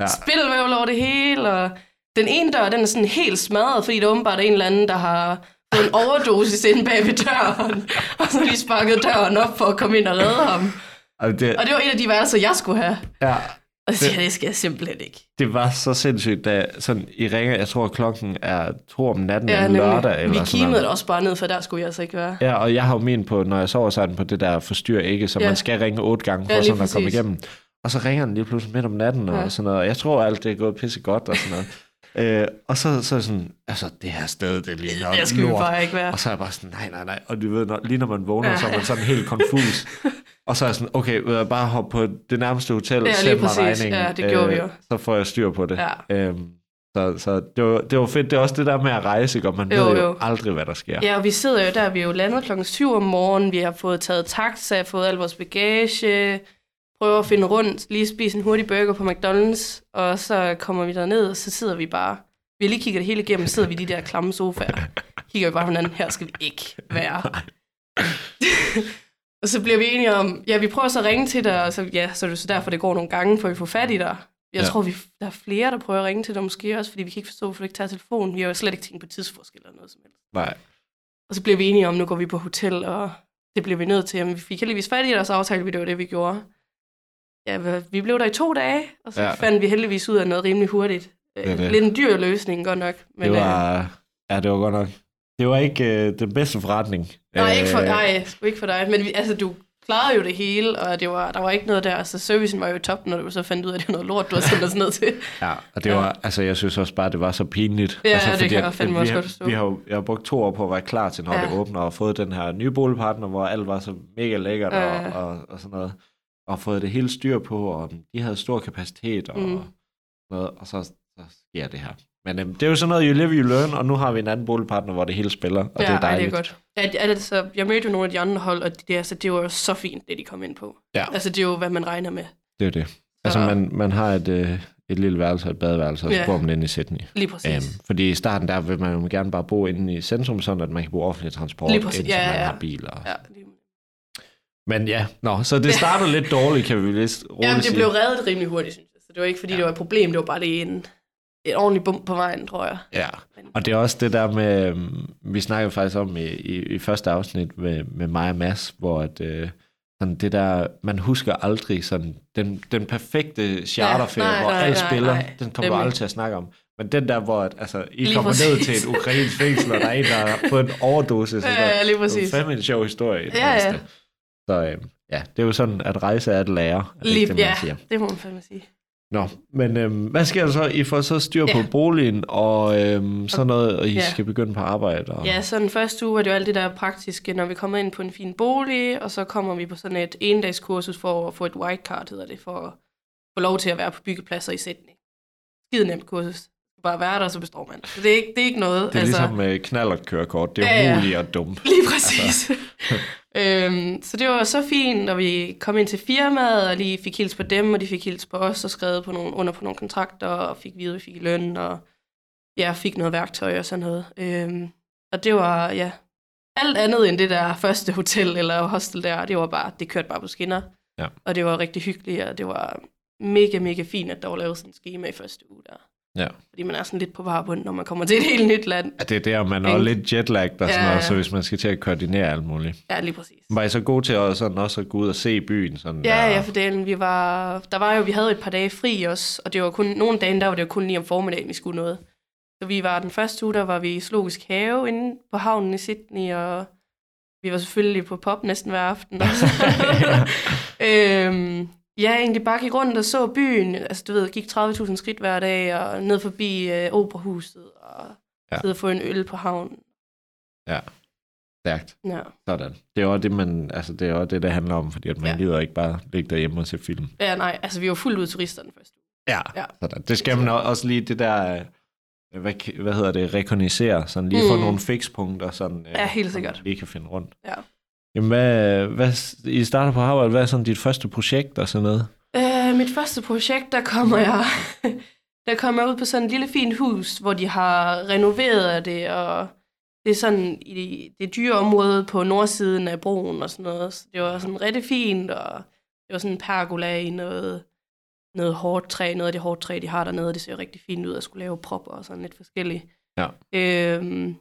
Speaker 2: ja. spilvævl over det hele, og den ene dør, den er sådan helt smadret, fordi der åbenbart er en eller anden, der har fået en overdosis inde bag ved døren, og så har de sparket døren op for at komme ind og redde ham.
Speaker 1: og det,
Speaker 2: Og det var et af de værelser, jeg skulle have.
Speaker 1: ja,
Speaker 2: Og så siger jeg, det skal jeg simpelthen ikke.
Speaker 1: det var så sindssygt, da sådan, I ringer, jeg tror klokken er to om natten ja,
Speaker 2: Ja,
Speaker 1: en
Speaker 2: nemlig.
Speaker 1: lørdag eller sådan
Speaker 2: vi kimede
Speaker 1: noget.
Speaker 2: det også bare ned, for der skulle jeg altså ikke være.
Speaker 1: Ja, og jeg har jo min på, når jeg sover sådan på det der forstyr ikke, så ja.
Speaker 2: Ja.
Speaker 1: man skal ringe otte gange for
Speaker 2: Ja,
Speaker 1: ja,
Speaker 2: lige
Speaker 1: sådan at komme
Speaker 2: præcis.
Speaker 1: igennem. Og så ringer den lige pludselig midt om natten og
Speaker 2: Ja.
Speaker 1: sådan noget, og jeg tror alt det er gået pisse godt og sådan noget. øh, og så, så er jeg sådan, altså det her sted, det ligner
Speaker 2: Ja, jeg skulle jo
Speaker 1: lort.
Speaker 2: bare ikke være.
Speaker 1: Og så er jeg bare sådan, nej, nej, nej. Og du ved, når, lige når man vågner, ja.
Speaker 2: Ja.
Speaker 1: så er man sådan helt konfus. og så er jeg sådan, okay, vil jeg bare hoppe på det nærmeste hotel og
Speaker 2: Ja,
Speaker 1: sende
Speaker 2: lige
Speaker 1: mig
Speaker 2: præcis.
Speaker 1: regningen. Øh,
Speaker 2: Ja, det gjorde vi jo.
Speaker 1: Så får jeg styr på det.
Speaker 2: Ja.
Speaker 1: Øhm, så, så det, var, det var fedt. Det er også det der med at rejse, ikke? og man
Speaker 2: Jo,
Speaker 1: ved jo,
Speaker 2: jo.
Speaker 1: aldrig, hvad der sker.
Speaker 2: Ja, og vi sidder jo der, vi er jo landet klokken 7 om morgenen, vi har fået taget taxa, fået al vores bagage, prøver at finde rundt, lige spise en hurtig burger på McDonald's, og så kommer vi derned, og så sidder vi bare, vi har lige kigget det hele igennem, sidder vi i de der klamme sofaer, kigger vi bare på hinanden, her skal vi ikke være. og så bliver vi enige om, ja, vi prøver så at ringe til dig, og så, ja, så er det så derfor, det går nogle gange, for vi får fat i dig.
Speaker 1: Ja.
Speaker 2: Jeg ja. tror, vi, der er flere, der prøver at ringe til dig, måske også, fordi vi kan ikke forstå, hvorfor du ikke tager telefonen. Vi har jo slet ikke tænkt på tidsforskel eller noget som helst.
Speaker 1: Nej.
Speaker 2: Og så blev vi enige om, nu går vi på hotel, og det blev vi nødt til. Men vi fik heldigvis fat i det, og så aftalte vi, det var det, vi gjorde. Ja, hvad- vi blev der i to dage, og så
Speaker 1: Ja.
Speaker 2: ja. fandt vi heldigvis ud af noget rimelig hurtigt.
Speaker 1: er
Speaker 2: Øh,
Speaker 1: det.
Speaker 2: Lidt en dyr løsning, godt nok. Men,
Speaker 1: det
Speaker 2: øh,
Speaker 1: var, ja, det var godt nok. Det var ikke øh, den bedste forretning.
Speaker 2: nej, ikke for,
Speaker 1: Øh,
Speaker 2: nej, sgu ikke for dig. Men vi, altså, du klarede jo det hele, og det var, der var ikke noget der. Så servicen var jo top, når du så fandt ud af, at det var noget lort, du havde sendt os ned til.
Speaker 1: Ja, og det
Speaker 2: Ja.
Speaker 1: var, altså jeg synes også bare, det var så pinligt.
Speaker 2: Ja,
Speaker 1: altså,
Speaker 2: det
Speaker 1: fordi
Speaker 2: kan
Speaker 1: at-
Speaker 2: jeg fandme
Speaker 1: vi
Speaker 2: også
Speaker 1: har-
Speaker 2: godt forstå.
Speaker 1: Vi har jo jeg har brugt to år på at være klar til, når ja.
Speaker 2: Ja.
Speaker 1: det åbner, og fået den her nye boligpartner, hvor alt var så mega lækkert ja.
Speaker 2: Ja.
Speaker 1: og, og, og sådan noget. Og fået det hele styr på, og de havde stor kapacitet og, mm.
Speaker 2: Mm.
Speaker 1: noget, og så, så sker det her. Men øhm, det er jo sådan noget, you live, you learn, og nu har vi en anden boligpartner, hvor det hele spiller, og det er
Speaker 2: ja, ej, det
Speaker 1: dejligt.
Speaker 2: er godt. Ja, de- altså, jeg mødte jo nogle af de andre hold, og det, altså, det var jo så fint, det de kom ind på.
Speaker 1: Ja.
Speaker 2: Altså, det er jo, hvad man regner med.
Speaker 1: Det er det. Altså
Speaker 2: Så-
Speaker 1: man, man har et, øh, et lille værelse og et badeværelse, og så
Speaker 2: Ja.
Speaker 1: bor man inde i Sydney.
Speaker 2: Lige præcis.
Speaker 1: Øhm, fordi i starten, der vil man jo gerne bare bo inde i centrum, sådan at man kan bruge offentlig transport,
Speaker 2: Lige præcis.
Speaker 1: indtil
Speaker 2: Ja, ja,
Speaker 1: man
Speaker 2: ja.
Speaker 1: har biler.
Speaker 2: Ja, lige...
Speaker 1: Men ja, nå, så det starter lidt dårligt, kan vi vist roligt
Speaker 2: Jamen, det
Speaker 1: sige.
Speaker 2: blev reddet rimelig hurtigt, synes jeg. Så det var ikke, fordi ja. det var et problem. Det var bare lige en, et ordentligt bump på vejen, tror jeg.
Speaker 1: Ja, og det er også det der med, øhm, vi snakkede faktisk om i, i, i første afsnit med, med mig og Mads, hvor at, øh, sådan det der, man husker aldrig sådan, den, den perfekte charterferie, ja,
Speaker 2: nej,
Speaker 1: hvor
Speaker 2: nej,
Speaker 1: alle
Speaker 2: nej,
Speaker 1: spiller,
Speaker 2: nej.
Speaker 1: den kommer du
Speaker 2: Nemlig.
Speaker 1: aldrig til at snakke om. Men den der, hvor at, altså, I Lige
Speaker 2: Lige
Speaker 1: kommer ned
Speaker 2: præcis.
Speaker 1: til et ukrainsk fængsel, og der er en, der har fået en overdosis.
Speaker 2: Ja,
Speaker 1: og sådan noget.
Speaker 2: ja, lige
Speaker 1: Det
Speaker 2: præcis.
Speaker 1: er jo fandme en sjov historie. i det
Speaker 2: Ja,
Speaker 1: mindste.
Speaker 2: ja.
Speaker 1: Så øh, ja, det er jo sådan, at rejse er at lære. Er det
Speaker 2: Lige,
Speaker 1: ikke det, man
Speaker 2: ja,
Speaker 1: siger.
Speaker 2: det må man fandme sige.
Speaker 1: Nå, men øh, hvad sker der så? I får så styr
Speaker 2: Ja.
Speaker 1: på boligen og øh, sådan noget, og I
Speaker 2: Ja.
Speaker 1: skal begynde på arbejde. Og,
Speaker 2: Ja, så den første uge var det jo alt det der praktiske, når vi kommer ind på en fin bolig, og så kommer vi på sådan et endagskursus for at få et wildcard, hedder det, for at få lov til at være på byggepladser i Sydney. Skide nemt kursus. Bare være der, så består man. Så det er ikke, det er ikke noget.
Speaker 1: Det er altså, ligesom øh, knallertkørekort. Det er
Speaker 2: Ja, ja.
Speaker 1: ja, umuligt at dumpe.
Speaker 2: Lige
Speaker 1: Altså.
Speaker 2: præcis. øhm, så det var så fint, og vi kom ind til firmaet, og lige fik hils på dem, og de fik hils på os, og skrevet på nogle, under på nogle kontrakter, og fik videre, vi fik i løn, og ja, fik noget værktøj og sådan noget. Øhm, og det var, ja, alt andet end det der første hotel eller hostel der, det var bare, det kørte bare på skinner.
Speaker 1: Ja.
Speaker 2: Og det var rigtig hyggeligt, og det var mega, mega fint, at der var lavet sådan et schema i første uge der.
Speaker 1: Ja.
Speaker 2: Fordi man er sådan lidt på varbund, når man kommer til et helt nyt land.
Speaker 1: Ja, det er der, man er
Speaker 2: Ikke?
Speaker 1: lidt jetlagt og sådan
Speaker 2: Ja,
Speaker 1: noget,
Speaker 2: ja.
Speaker 1: så hvis man skal til at koordinere alt muligt.
Speaker 2: Ja, lige præcis.
Speaker 1: Var I så god til at, sådan også at gå ud og se byen? Sådan
Speaker 2: Ja,
Speaker 1: der?
Speaker 2: ja, for delen, vi var, der var jo, vi havde et par dage fri også, og det var kun, nogle dage, der var det jo kun lige om formiddagen, vi skulle noget. Så vi var den første uge, der var vi i Zoologisk Have inde på havnen i Sydney, og vi var selvfølgelig på pop næsten hver aften. Også. øhm, ja, egentlig bare gik rundt og så byen, altså du ved, gik 30.000 skridt hver dag, og ned forbi øh, operahuset, og
Speaker 1: Ja.
Speaker 2: ja. sidde og få en øl på havnen.
Speaker 1: Stærkt.
Speaker 2: Ja,
Speaker 1: Sådan. Det er også det, man, altså, det, er også det, det handler om, fordi at man
Speaker 2: Ja.
Speaker 1: gider ikke bare ligge derhjemme og se film.
Speaker 2: ja nej, altså vi var fuldt ud turister den første uge.
Speaker 1: Ja.
Speaker 2: Ja.
Speaker 1: Sådan. Det skal man o- også lige det der, øh, hvad, hvad hedder det, rekognisere, sådan lige mm. få
Speaker 2: Mm.
Speaker 1: nogle fikspunkter, sådan, øh,
Speaker 2: Ja, helt
Speaker 1: som man
Speaker 2: sikkert.
Speaker 1: lige kan finde rundt.
Speaker 2: Ja.
Speaker 1: Jamen, hvad, hvad, I starter på Harvard, hvad er sådan dit første projekt og sådan noget?
Speaker 2: Øh, mit første projekt, der kommer jeg der kommer jeg ud på sådan et lille fint hus, hvor de har renoveret det, og det er sådan i det dyre område på nordsiden af broen og sådan noget. Så det var sådan rigtig fint, og det var sådan en pergola i noget, noget hårdt træ, noget af det hårdt træ, de har dernede, og det ser jo rigtig fint ud at skulle lave propper og sådan lidt forskelligt.
Speaker 1: Ja.
Speaker 2: Øhm,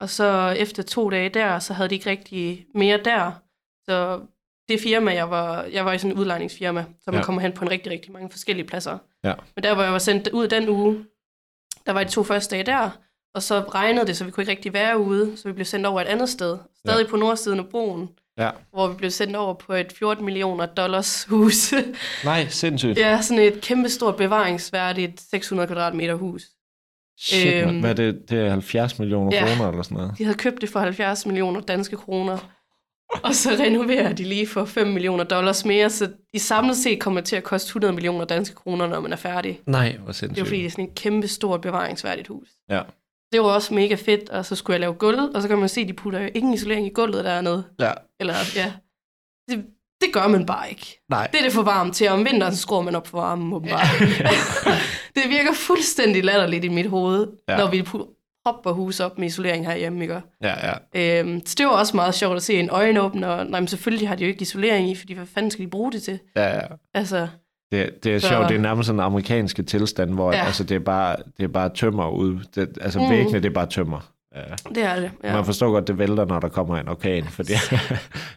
Speaker 2: og så efter to dage der, så havde de ikke rigtig mere der. Så det firma, jeg var, jeg var i sådan en udlejningsfirma, så man
Speaker 1: Ja.
Speaker 2: ja. kommer hen på en rigtig, rigtig mange forskellige pladser.
Speaker 1: Ja.
Speaker 2: Men der, hvor jeg var sendt ud den uge, der var de to første dage der, og så regnede det, så vi kunne ikke rigtig være ude, så vi blev sendt over et andet sted, stadig ja. på nordsiden af broen,
Speaker 1: Ja.
Speaker 2: hvor vi blev sendt over på et 14 millioner dollars hus.
Speaker 1: Nej, sindssygt.
Speaker 2: ja, sådan et kæmpestort bevaringsværdigt 600 kvadratmeter hus.
Speaker 1: Shit, øhm,
Speaker 2: Øhm.
Speaker 1: hvad er det? Det er 70 millioner
Speaker 2: Ja.
Speaker 1: kroner eller sådan noget.
Speaker 2: De havde købt det for 70 millioner danske kroner, og så renoverer de lige for 5 millioner dollars mere, så i samlet set kommer det til at koste 100 millioner danske kroner, når man er færdig.
Speaker 1: Nej, hvor
Speaker 2: Det er jo
Speaker 1: sindssygt.
Speaker 2: fordi, det er sådan et kæmpe stort bevaringsværdigt hus.
Speaker 1: Ja.
Speaker 2: Det var også mega fedt, og så skulle jeg lave gulvet, og så kan man se, at de putter jo ingen isolering i gulvet dernede.
Speaker 1: Ja.
Speaker 2: Eller, ja. Det, det gør man bare ikke.
Speaker 1: Nej.
Speaker 2: Det er det for varmt til, og om vinteren så skruer man op for varmen åbenbart. det virker fuldstændig latterligt i mit hoved,
Speaker 1: Ja.
Speaker 2: ja. når vi pu- propper hus op med isolering herhjemme, ikke?
Speaker 1: Ja, ja.
Speaker 2: Øhm, så det var også meget sjovt at se en øjenåbner. Nej, men selvfølgelig har de jo ikke isolering i, fordi hvad fanden skal de bruge det til?
Speaker 1: ja, ja.
Speaker 2: Altså,
Speaker 1: Det, det er
Speaker 2: Så-
Speaker 1: sjovt, det er nærmest sådan en amerikanske tilstand, hvor ja.
Speaker 2: Ja.
Speaker 1: altså, det, er bare, det er bare tømmer ud. Det, altså mm.
Speaker 2: Mm.
Speaker 1: væggene, det er bare tømmer. Ja.
Speaker 2: det er det. Ja.
Speaker 1: Man forstår godt, det vælter, når der kommer en orkan, for det,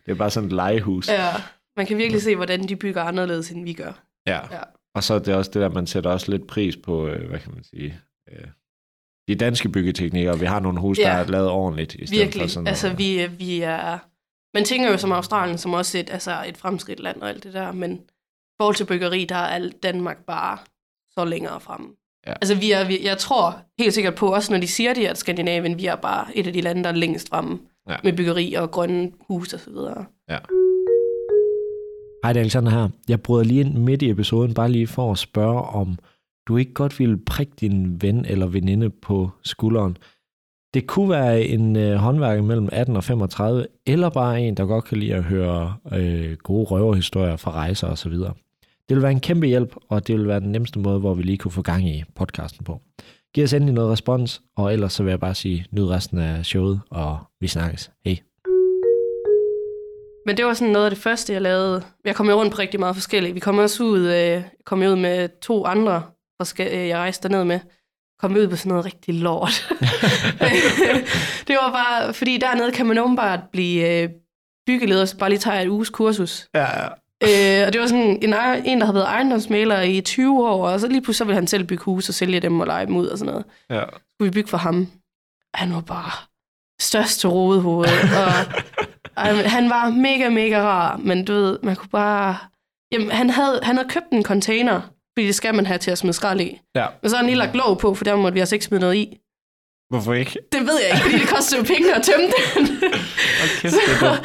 Speaker 1: det er bare sådan et legehus. Ja.
Speaker 2: ja. Man kan virkelig se, hvordan de bygger anderledes, end vi gør.
Speaker 1: Ja.
Speaker 2: Ja.
Speaker 1: Og så er det også det der, man sætter også lidt pris på, øh, hvad kan man sige, øh, de danske byggeteknikker. Vi har nogle hus, ja. der
Speaker 2: Ja.
Speaker 1: er lavet ordentligt. I stedet For
Speaker 2: Virkelig.
Speaker 1: sådan
Speaker 2: altså,
Speaker 1: noget.
Speaker 2: vi, vi er... Man tænker jo som Australien, som også et, altså et fremskridt land og alt det der, men i forhold til byggeri, der er alt Danmark bare så længere fremme.
Speaker 1: Ja.
Speaker 2: Altså, vi er, vi, jeg tror helt sikkert på, også når de siger det, at Skandinavien, vi er bare et af de lande, der er længst fremme
Speaker 1: Ja.
Speaker 2: ja. med byggeri og grønne hus og så videre.
Speaker 1: Hej, det er Alexander her. Jeg bryder lige ind midt i episoden, bare lige for at spørge, om du ikke godt ville prikke din ven eller veninde på skulderen. Det kunne være en øh, håndværker mellem 18 og 35, eller bare en, der godt kan lide at høre øh, gode røverhistorier fra rejser osv. Det vil være en kæmpe hjælp, og det vil være den nemmeste måde, hvor vi lige kunne få gang i podcasten på. Giv os endelig noget respons, og ellers så vil jeg bare sige, nyd resten af showet, og vi snakkes. Hej.
Speaker 2: Men det var sådan noget af det første, jeg lavede. Jeg kom jo rundt på rigtig meget forskelligt. Vi kom også ud, øh, kom jeg ud med to andre, forske- øh, jeg rejste derned med. Kom ud på sådan noget rigtig lort. det var bare, fordi dernede kan man åbenbart blive øh, byggeleder, så bare lige tager jeg et uges kursus.
Speaker 1: Ja,
Speaker 2: Øh, og det var sådan en, ejer- en, der havde været ejendomsmaler i 20 år, og så lige pludselig så ville han selv bygge hus og sælge dem og lege dem ud og sådan noget
Speaker 1: ja.
Speaker 2: skulle vi bygge for ham. Han var bare største rodehoved, og ej, men han var mega, mega rar, men du ved, man kunne bare... Jamen, han havde, han havde købt en container, fordi det skal man have til at smide skrald i.
Speaker 1: Ja.
Speaker 2: Men så har han lige lagt låg på, for der måtte vi altså ikke smide noget i.
Speaker 1: Hvorfor ikke?
Speaker 2: Det ved jeg ikke, fordi det kostede jo penge at tømme den.
Speaker 1: Okay,
Speaker 2: Så,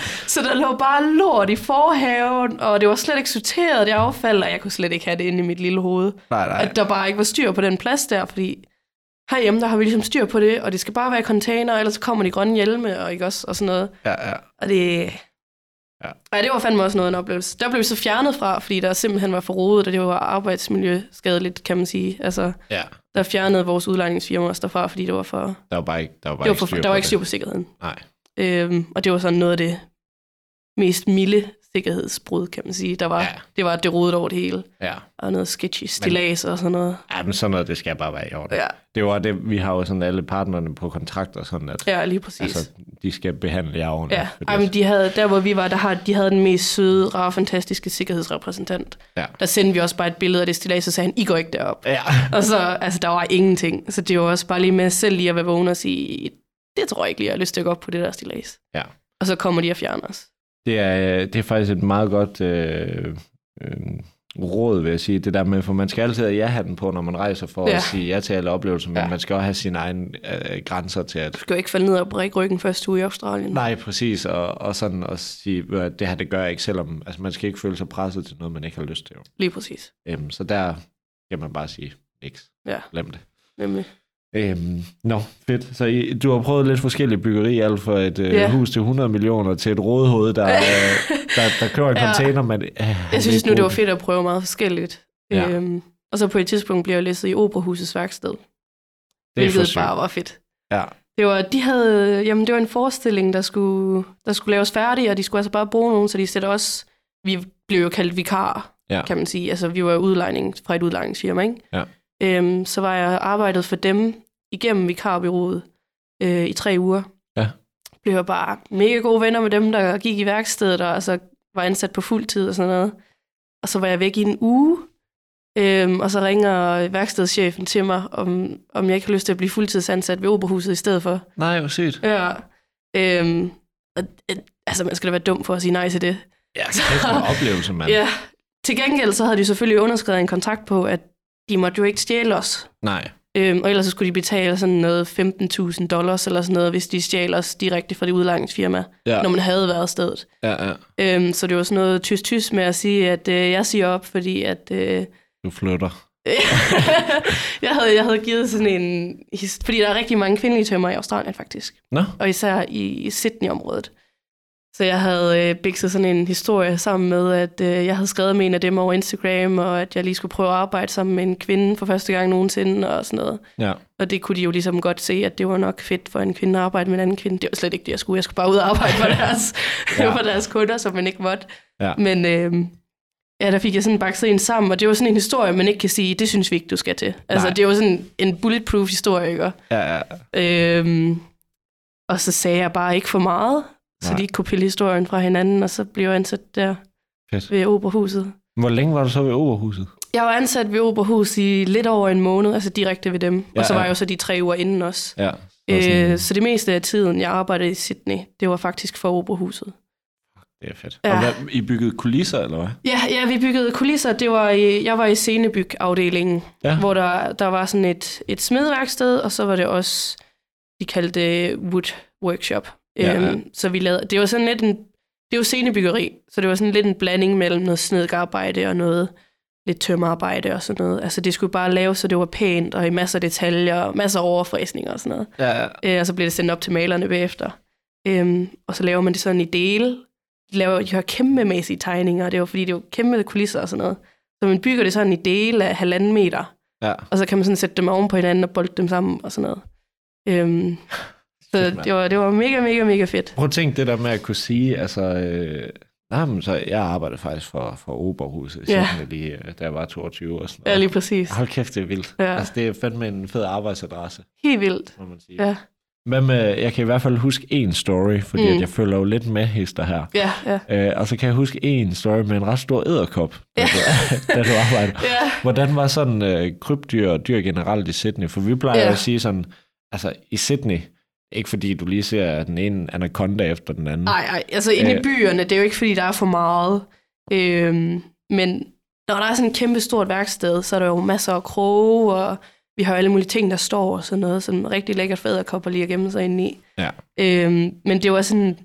Speaker 2: så der lå bare lort i forhaven, og det var slet ikke sorteret, det affald, og jeg kunne slet ikke have det inde i mit lille hoved
Speaker 1: Nej, nej.
Speaker 2: at der bare ikke var styr på den plads der, fordi herhjemme, der har vi ligesom styr på det, og det skal bare være i container, ellers så kommer de grønne hjelme og, ikke også, og sådan noget.
Speaker 1: Ja, ja.
Speaker 2: Og det...
Speaker 1: Ja.
Speaker 2: Ja. Ej, det var fandme også noget af en oplevelse. Der blev vi så fjernet fra, fordi der simpelthen var for rodet, og det var arbejdsmiljøskadeligt, kan man sige. Altså,
Speaker 1: ja.
Speaker 2: der fjernede vores udlejningsfirma også derfra, fordi det var for,
Speaker 1: Der var bare ikke, der var bare
Speaker 2: det var
Speaker 1: ikke
Speaker 2: for,
Speaker 1: styr
Speaker 2: der var
Speaker 1: på
Speaker 2: ikke styr på sikkerheden.
Speaker 1: det. Nej.
Speaker 2: Øhm, og det var sådan noget af det mest milde sikkerhedsbrud, kan man sige. Der var,
Speaker 1: Ja.
Speaker 2: ja. Det var, at det rodede over det hele,
Speaker 1: Ja.
Speaker 2: og noget sketchy stilas og sådan noget.
Speaker 3: Ja, men sådan noget, det skal bare være i orden.
Speaker 2: Ja,
Speaker 3: Det var det, vi har jo sådan alle partnerne på kontrakt og sådan, at
Speaker 2: ja lige præcis.
Speaker 3: altså, de skal behandle jer ordentligt.
Speaker 2: Ja,
Speaker 3: fordi-
Speaker 2: Ej, men de havde, der hvor vi var, der har, de havde den mest søde, rare, fantastiske sikkerhedsrepræsentant.
Speaker 1: Ja.
Speaker 2: Der sendte vi også bare et billede af det stillads, og sagde han, I går ikke derop.
Speaker 1: Ja.
Speaker 2: Og så, altså, der var ingenting. Så det var også bare lige med selv lige at være vågen og sige, det tror jeg ikke lige, jeg har lyst til at gå op på det der stillads.
Speaker 1: Ja.
Speaker 2: Og så kommer de og fjerner os.
Speaker 1: Det er, øh, det er faktisk et meget godt øh, øh, råd, vil jeg sige, det der med, for man skal altid have ja-hatten på, når man rejser, for ja.
Speaker 2: Ja.
Speaker 1: at sige ja til alle oplevelser, men ja.
Speaker 2: Ja.
Speaker 1: man skal også have sine egne øh, grænser til at...
Speaker 2: Du skal jo ikke falde ned og brække ryggen første uge i Australien.
Speaker 1: Nej, præcis, og, og sådan at sige, "Ved du hvad, det her, det gør jeg ikke, selvom altså, man skal ikke føle sig presset til noget, man ikke har lyst til. jo.
Speaker 2: Lige præcis.
Speaker 1: Øhm, så der kan man bare sige, niks,
Speaker 2: Ja.
Speaker 1: glem det.
Speaker 2: Nemlig.
Speaker 1: Øhm, Nå, fedt. Så I, du har prøvet lidt forskellige byggerier, alt fra et øh,
Speaker 2: Ja.
Speaker 1: hus til 100 millioner til et rådhoved, der, øh, der, der kører en
Speaker 2: Ja.
Speaker 1: container, men... Øh,
Speaker 2: Jeg synes nu, det var fedt at prøve meget forskelligt.
Speaker 1: Ja.
Speaker 2: Øhm, og så på et tidspunkt blev jeg læsset i Operahusets værksted.
Speaker 1: Det er for
Speaker 2: hvilket
Speaker 1: sygt.
Speaker 2: bare var fedt.
Speaker 1: Ja.
Speaker 2: Det var, de havde, jamen det var en forestilling, der skulle, der skulle laves færdig, og de skulle altså bare bruge nogen, så de sætter os, vi blev jo kaldt vikarer,
Speaker 1: Ja.
Speaker 2: kan man sige. Altså vi var jo udlejning fra et udlejningsfirma, ikke?
Speaker 1: Ja.
Speaker 2: Øhm, så var jeg arbejdet for dem igennem vikarbyrået øh, i tre uger.
Speaker 1: Ja.
Speaker 2: Blev jeg bare mega gode venner med dem, der gik i værkstedet, og altså var ansat på fuld tid og sådan noget. Og så var jeg væk i en uge, Øhm, og så ringer værkstedschefen til mig, om, om jeg ikke har lyst til at blive fuldtidsansat ved Oberhuset i stedet for.
Speaker 1: Nej, hvor sygt.
Speaker 2: Ja. Øhm, og, øh, altså, man skal da være dum for at sige nej til det.
Speaker 1: Ja, kæft en oplevelse, mand.
Speaker 2: Ja. Til gengæld så havde de selvfølgelig underskrevet en kontrakt på, at de måtte jo ikke stjæle os.
Speaker 1: Nej.
Speaker 2: Øhm, og ellers så skulle de betale sådan noget 15.000 dollars eller sådan noget, hvis de stjal os direkte fra det udlejningsfirma,
Speaker 1: Ja.
Speaker 2: ja. når man havde været stedet.
Speaker 1: Ja, ja.
Speaker 2: Øhm, så det var sådan noget tysk-tysk med at sige, at øh, jeg siger op, fordi at... Øh,
Speaker 1: Du flytter.
Speaker 2: jeg, havde, jeg havde givet sådan en... his- Fordi der er rigtig mange kvindelige tømmer i Australien, faktisk.
Speaker 1: Nå?
Speaker 2: Og især i, i Sydney-området. Så jeg havde øh, bikset sådan en historie sammen med, at øh, jeg havde skrevet med en af dem over Instagram, og at jeg lige skulle prøve at arbejde sammen med en kvinde for første gang nogensinde, og sådan noget.
Speaker 1: Ja.
Speaker 2: Og det kunne de jo ligesom godt se, at det var nok fedt for en kvinde at arbejde med en anden kvinde. Det var slet ikke det, jeg skulle. Jeg skulle bare ud og arbejde for deres,
Speaker 1: Ja.
Speaker 2: ja. for deres kunder, som man ikke måtte.
Speaker 1: Ja.
Speaker 2: Men øh, ja, der fik jeg sådan bakset en sammen, og det var sådan en historie, man ikke kan sige, det synes vi ikke, du skal til. Altså,
Speaker 1: Nej.
Speaker 2: det var sådan en bulletproof historie, ikke?
Speaker 1: Ja, ja.
Speaker 2: Øhm, og så sagde jeg bare ikke for meget, så
Speaker 1: Nej.
Speaker 2: de ikke kunne pille historien fra hinanden, og så blev jeg ansat der
Speaker 1: Fedt.
Speaker 2: ved Operahuset.
Speaker 1: Hvor længe var du så ved Oberhuset?
Speaker 2: Jeg var ansat ved Operahus i lidt over en måned, altså direkte ved dem.
Speaker 1: Ja,
Speaker 2: og så var
Speaker 1: ja.
Speaker 2: jeg jo så de tre uger inden også.
Speaker 1: Ja.
Speaker 2: Øh, så det meste af tiden, jeg arbejdede i Sydney, det var faktisk for Operahuset.
Speaker 1: Det er fedt.
Speaker 2: ja.
Speaker 1: Og hvad, I byggede kulisser, eller hvad?
Speaker 2: Ja, ja, vi byggede kulisser. Det var i, jeg var i scenebygafdelingen,
Speaker 1: Ja.
Speaker 2: ja. hvor der, der var sådan et, et smedværksted, og så var det også, de kaldte det wood workshop.
Speaker 1: Ja,
Speaker 2: Ja,
Speaker 1: ja.
Speaker 2: øhm, så vi lavede, det var sådan lidt en, det var scenebyggeri, så det var sådan lidt en blanding mellem noget snedkerarbejde og noget lidt tømmerarbejde og sådan noget. Altså det skulle bare laves, så det var pænt, og i masser af detaljer, og masser af overfræsninger og sådan noget.
Speaker 1: Ja, ja.
Speaker 2: Øh, og så bliver det sendt op til malerne bagefter. Øhm, og så laver man det sådan i dele. De, laver, de har kæmpemæssige tegninger, og det er jo fordi, det er jo kæmpe kulisser og sådan noget. Så man bygger det sådan i dele af halvanden meter,
Speaker 1: ja.
Speaker 2: og så kan man sådan sætte dem oven på hinanden og bolte dem sammen og sådan noget. Øhm, så
Speaker 1: mand.
Speaker 2: det var, det var mega, mega, mega fedt.
Speaker 1: Prøv at tænke det der med at kunne sige, altså... Øh, nej, men så jeg arbejdede faktisk for, for Oberhuset,
Speaker 2: Ja.
Speaker 1: ja. lige, øh, da jeg var 22 og sådan
Speaker 2: Ja,
Speaker 1: noget.
Speaker 2: lige præcis.
Speaker 1: Hold kæft, det er vildt.
Speaker 2: Ja.
Speaker 1: Altså, det er fandme en fed arbejdsadresse,
Speaker 2: Helt vildt.
Speaker 1: må man sige.
Speaker 2: Ja,
Speaker 1: Hvad med, jeg kan i hvert fald huske en story, fordi mm.
Speaker 2: Mm.
Speaker 1: at jeg følger jo lidt med hister her.
Speaker 2: ja, ja.
Speaker 1: Øh, og så kan jeg huske en story med en ret stor æderkop, da du, da du arbejder.
Speaker 2: Ja,
Speaker 1: Hvordan var sådan øh, krybdyr og dyr generelt i Sydney? For vi plejer
Speaker 2: Ja.
Speaker 1: at sige sådan, altså i Sydney, ikke fordi du lige ser den ene anaconda efter den anden.
Speaker 2: Nej, nej, altså inde
Speaker 1: Øh.
Speaker 2: i byerne, det er jo ikke, fordi der er for meget. Øhm, men når der er sådan et kæmpe stort værksted, så er der jo masser af kroge, og vi har jo alle mulige ting, der står og sådan noget, som er rigtig lækkert for æderkopper lige at gemme sig inde i.
Speaker 1: Ja.
Speaker 2: Øhm, men det var sådan,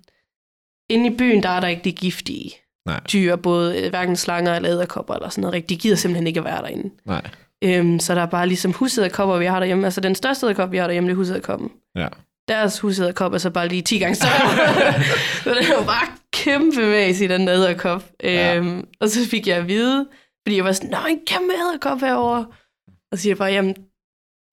Speaker 2: inde i byen, der er der ikke de giftige
Speaker 1: Nej.
Speaker 2: dyr, både øh, hverken slanger eller æderkopper eller sådan noget rigtigt. De gider simpelthen ikke at være derinde.
Speaker 1: Nej.
Speaker 2: Øhm, så der er bare ligesom husæderkopper, vi har derhjemme. Altså den største æderkop, vi har derhjemme, det er husæderkoppen
Speaker 1: Ja.
Speaker 2: deres husæderkop er så bare lige 10 gange større. så det var bare kæmpemæssigt, den der æderkop.
Speaker 1: Ja.
Speaker 2: Øhm, Og så fik jeg at vide, fordi jeg var sådan, nej, en kæmpe æderkop herovre. Og så siger jeg bare, jamen,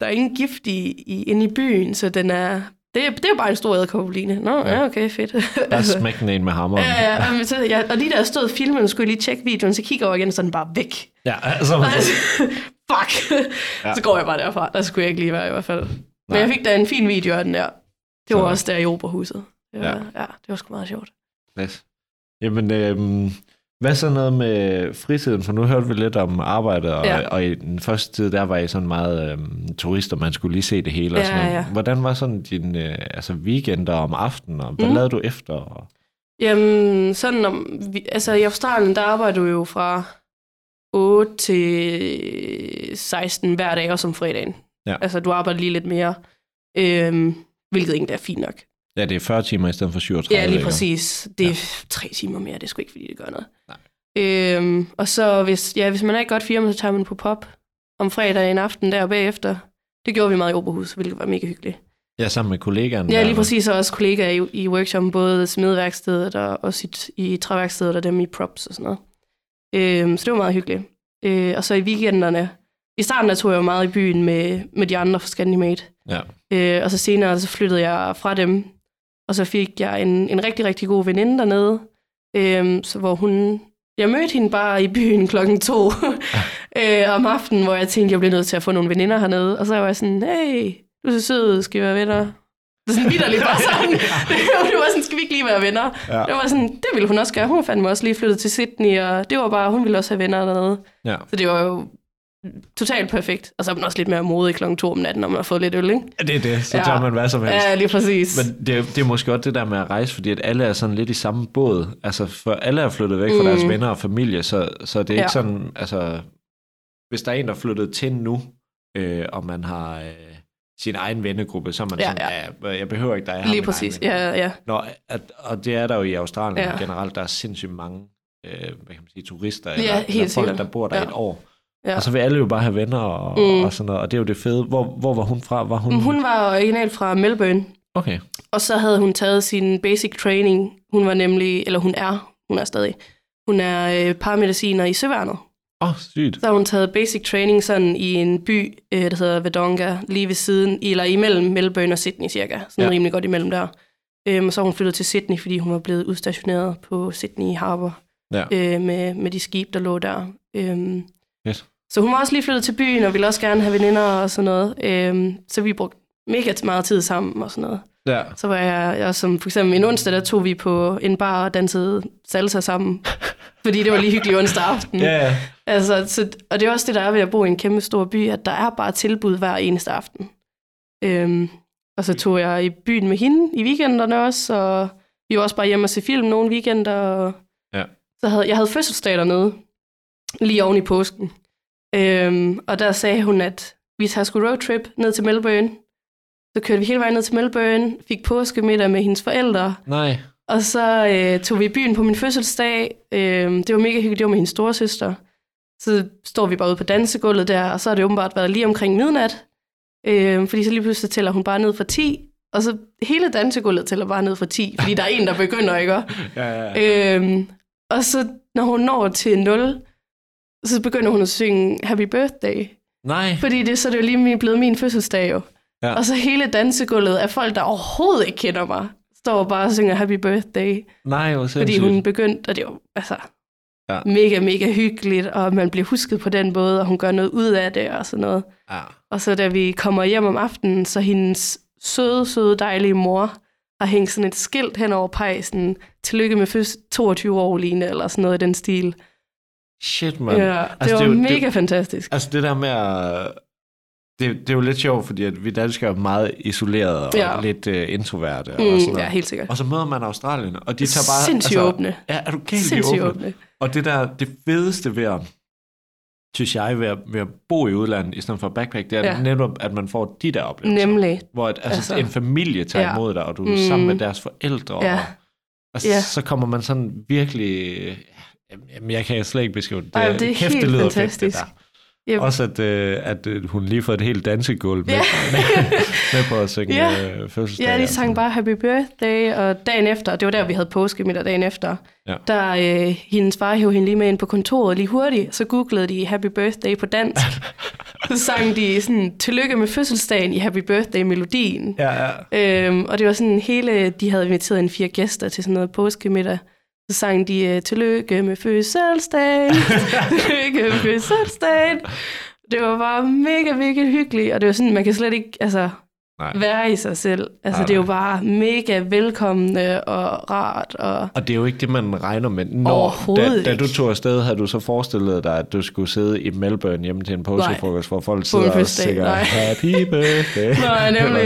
Speaker 2: der er ingen gift i, i, inde i byen, så den er Det, det er jo bare en stor æderkoppeline. Nå, ja,
Speaker 1: Ja.
Speaker 2: okay, fedt.
Speaker 1: Bare smæk den en med hammeren.
Speaker 2: Ja, ja, ja, men så, ja, og lige da jeg stod i filmen, skulle jeg lige tjekke videoen, så kigger jeg over igen, så er den bare væk.
Speaker 4: Ja, altså,
Speaker 2: Altså, fuck.
Speaker 1: Ja.
Speaker 2: Ja. Så går jeg bare derfra. Der skulle jeg ikke lige være i hvert fald. Men
Speaker 1: Nej.
Speaker 2: jeg fik da en fin video af den der. Det var
Speaker 1: Sådan.
Speaker 2: også der i operahuset. Det var,
Speaker 1: Ja.
Speaker 2: ja. ja, det var sgu meget sjovt.
Speaker 1: Yes. Jamen, øhm, hvad så noget med fritiden? For nu hørte vi lidt om arbejdet, og, ja.
Speaker 2: Ja.
Speaker 1: og i den første tid, der var I sådan meget øhm, turister, man skulle lige se det hele. og
Speaker 2: Ja,
Speaker 1: sådan noget.
Speaker 2: ja.
Speaker 1: Hvordan var sådan din øh, altså weekender om aftenen, og hvad mm.
Speaker 2: Mm.
Speaker 1: lavede du efter? Og,
Speaker 2: Jamen, sådan om... Vi, altså, i Australien, der arbejder du jo fra 8 til 16 hver dag, også om fredagen.
Speaker 1: Ja.
Speaker 2: Altså, du arbejder lige lidt mere, øhm, hvilket egentlig er fint nok.
Speaker 1: ja, det er 40 timer i stedet for 37.
Speaker 2: Ja, lige
Speaker 1: ikke?
Speaker 2: præcis. Det er ja. tre timer mere, det er sgu ikke, fordi det gør noget. Øhm, og så hvis, ja, hvis man er i et godt firma, så tager man på pop om fredag en aften der og bagefter. Det gjorde vi meget i Oberhus, hvilket var mega hyggeligt.
Speaker 1: Ja, sammen med kollegaerne.
Speaker 2: Ja,
Speaker 1: der,
Speaker 2: lige
Speaker 1: eller?
Speaker 2: præcis, og også kollegaer i, i workshoppen, både smedværkstedet og også i, i træværkstedet og dem i props og sådan noget. Øhm, så det var meget hyggeligt. Øh, og så i weekenderne, i starten der tog jeg jo meget i byen med, med de andre fra Scandimate.
Speaker 1: Ja.
Speaker 2: Øh, og så senere så flyttede jeg fra dem, og så fik jeg en, en rigtig, rigtig god veninde dernede, øh, så hvor hun... Jeg mødte hende bare i byen klokken to øh, om aftenen, hvor jeg tænkte, jeg bliver nødt til at få nogle veninder hernede. Og så var jeg sådan, hey, du er så sød, skal vi være venner? Det er sådan vidderligt bare sådan. det var sådan, skal vi ikke lige være venner?
Speaker 1: Ja.
Speaker 2: Det var sådan, det ville hun også gøre. Hun fandt mig også lige flyttet til Sydney, og det var bare, hun ville også have venner dernede.
Speaker 1: Ja.
Speaker 2: Så det var jo totalt perfekt. Og så er man også lidt mere modig klokken to om natten, når man har fået lidt øl, ikke?
Speaker 1: Det er det, så
Speaker 2: Ja.
Speaker 1: tager man hvad som helst.
Speaker 2: Ja, lige præcis. Men,
Speaker 1: Men det, er- det er måske også det der med at rejse, fordi at alle er sådan lidt i samme båd. Altså, for alle er flyttet væk mm. fra deres venner og familie, så, så det er ja. ikke
Speaker 2: Ja.
Speaker 1: sådan, altså, hvis der er en, der er flyttet til nu, øh, og man har øh, sin egen vennegruppe, så er man ja,
Speaker 2: Ja,
Speaker 1: sådan, ja. jeg behøver ikke dig. jeg har
Speaker 2: lige
Speaker 1: min
Speaker 2: præcis,
Speaker 1: egen vennegruppe."
Speaker 2: ja, ja.
Speaker 1: Nå, at, og det er der jo i Australien ja.
Speaker 2: Ja.
Speaker 1: generelt, der er sindssygt mange øh, hvad kan man sige, turister,
Speaker 2: Ja,
Speaker 1: eller,
Speaker 2: helt
Speaker 1: eller folk,
Speaker 2: sikkert.
Speaker 1: der bor der ja.
Speaker 2: Ja.
Speaker 1: et år. Ja.
Speaker 2: Ja.
Speaker 1: Og så vil alle jo bare have venner og, mm.
Speaker 2: Mm.
Speaker 1: og sådan noget, og det er jo det fede. Hvor, hvor var hun fra? Var hun...
Speaker 2: Men Mm, Hun var originalt fra Melbourne,
Speaker 1: Okay.
Speaker 2: og så havde hun taget sin basic training. Hun var nemlig, eller hun er, hun er stadig, hun er øh, paramediciner i Søværnet.
Speaker 1: Åh, oh, sygt.
Speaker 2: Så har hun taget basic training sådan i en by, øh, der hedder Wodonga, lige ved siden, eller imellem Melbourne og Sydney cirka. Sådan
Speaker 1: Ja.
Speaker 2: ja. rimelig godt imellem der. Øhm, og så er hun flyttet til Sydney, fordi hun var blevet udstationeret på Sydney Harbour
Speaker 1: Ja.
Speaker 2: øh, med, med de skib, der lå der. Øhm,
Speaker 1: Fedt.
Speaker 2: Så hun var også lige flyttet til byen, og ville også gerne have veninder og sådan noget. Øhm, så vi brugte mega meget tid sammen og sådan noget.
Speaker 1: Ja.
Speaker 2: Så var jeg, jeg som for eksempel en onsdag, der tog vi på en bar og dansede salsa sammen. fordi det var lige hyggelig onsdag aften.
Speaker 1: Ja, ja.
Speaker 2: Altså, så, og det er også det, der er ved at bo i en kæmpe stor by, at der er bare tilbud hver eneste aften. Øhm, og så tog jeg i byen med hende i weekenderne også, og vi var også bare hjemme og se film nogle weekender. Og
Speaker 1: Ja.
Speaker 2: så havde, jeg havde fødselsdag dernede, lige oven i påsken. Øhm, og der sagde hun, at vi tager sgu roadtrip ned til Melbourne. Så kørte vi hele vejen ned til Melbourne, fik påskemiddag med hendes forældre,
Speaker 1: Nej.
Speaker 2: og så øh, tog vi i byen på min fødselsdag. Øh, det var mega hyggeligt, det var med hendes storesøster. Så står vi bare ude på dansegulvet der, og så har det åbenbart været lige omkring midnat. Øh, fordi så lige pludselig tæller hun bare ned fra 10, og så hele dansegulvet tæller bare ned fra 10, fordi der er en, der begynder, ikke? også?
Speaker 1: Ja, ja.
Speaker 2: Øhm, og så når hun når til 0, så begynder hun at synge Happy Birthday.
Speaker 1: Nej.
Speaker 2: Fordi det, så er det jo lige min, blevet min fødselsdag jo.
Speaker 1: Ja.
Speaker 2: Ja. Og så hele dansegulvet af folk, der overhovedet ikke kender mig, står bare og synger Happy Birthday.
Speaker 1: Nej, hvor
Speaker 2: Fordi
Speaker 1: sindssygt.
Speaker 2: hun begyndte, og det var altså
Speaker 1: Ja.
Speaker 2: ja. mega, mega hyggeligt, og man bliver husket på den måde, og hun gør noget ud af det og sådan noget.
Speaker 1: Ja.
Speaker 2: Og så da vi kommer hjem om aftenen, så hendes søde, søde, dejlige mor har hængt sådan et skilt hen over pejsen. Tillykke med fødsel 22 år, Line, eller sådan noget i den stil.
Speaker 1: Shit,
Speaker 2: Man,
Speaker 1: mand.
Speaker 2: ja, det
Speaker 1: altså,
Speaker 2: altså, var
Speaker 1: det er jo-
Speaker 2: mega
Speaker 1: det-
Speaker 2: fantastisk.
Speaker 1: Altså det der med at... Det, det er jo lidt sjovt, fordi at vi danskere er meget isolerede og ja.
Speaker 2: Ja.
Speaker 1: lidt uh, introverte. Mm, og, sådan
Speaker 2: Mm,
Speaker 1: noget.
Speaker 2: ja, helt sikkert.
Speaker 1: og så møder man Australien, og de tager bare... altså-
Speaker 2: Sindssygt åbne.
Speaker 1: Ja, er du galt de
Speaker 2: Sindssygt
Speaker 1: åbne?
Speaker 2: åbne.
Speaker 1: Og det der, det fedeste ved at, synes jeg, ved at, ved at bo i udlandet, i stedet for backpack, det er ja.
Speaker 2: Ja.
Speaker 1: netop, at man får de der oplevelser.
Speaker 2: Nemlig.
Speaker 1: Hvor at, altså, altså,
Speaker 2: Altså.
Speaker 1: en familie tager ja.
Speaker 2: Ja.
Speaker 1: imod dig, og du er mm.
Speaker 2: Mm.
Speaker 1: sammen med deres forældre.
Speaker 2: Ja.
Speaker 1: Og, altså,
Speaker 2: Ja.
Speaker 1: Så kommer man sådan virkelig... Jamen, jeg kan slet ikke beskrive det.
Speaker 2: Ej, men det er
Speaker 1: Kæft, det
Speaker 2: helt
Speaker 1: lyder fedt,
Speaker 2: fantastisk.
Speaker 1: det der.
Speaker 2: Yep.
Speaker 1: Også at, øh, at øh, hun lige får et helt dansegulv med,
Speaker 2: Ja.
Speaker 1: med på at synge øh,
Speaker 2: Ja.
Speaker 1: yeah. fødselsdag.
Speaker 2: Ja, de
Speaker 1: og sådan.
Speaker 2: sang bare Happy Birthday, og dagen efter, det var der, vi havde påskemiddag dagen efter,
Speaker 1: Ja.
Speaker 2: der øh, hendes far hævde hende lige med ind på kontoret lige hurtigt, så googlede de Happy Birthday på dansk, Så sang de sådan, tillykke med fødselsdagen i Happy Birthday-melodien.
Speaker 5: Ja, ja.
Speaker 2: Øhm, og det var sådan hele, de havde inviteret en fire gæster til sådan noget påskemiddag. Så sang de, øh, tillykke med fødselsdagen, tillykke med fødselsdagen. Det var bare mega, mega hyggeligt, og det var sådan, man kan slet ikke altså,
Speaker 1: Nej.
Speaker 2: være i sig selv. Altså,
Speaker 1: Nej,
Speaker 2: det er jo
Speaker 1: nej.
Speaker 2: bare mega velkommende og rart. Og...
Speaker 1: Og det er jo ikke det, man regner med. Når,
Speaker 2: Overhovedet
Speaker 1: da, da
Speaker 2: ikke.
Speaker 1: du tog afsted, havde du så forestillet dig, at du skulle sidde i Melbourne hjemme til en påskefrokost, hvor folk
Speaker 2: en
Speaker 1: sidder og
Speaker 2: fødselsdag,
Speaker 1: siger,
Speaker 2: nej.
Speaker 1: happy birthday.
Speaker 2: Nej, nemlig.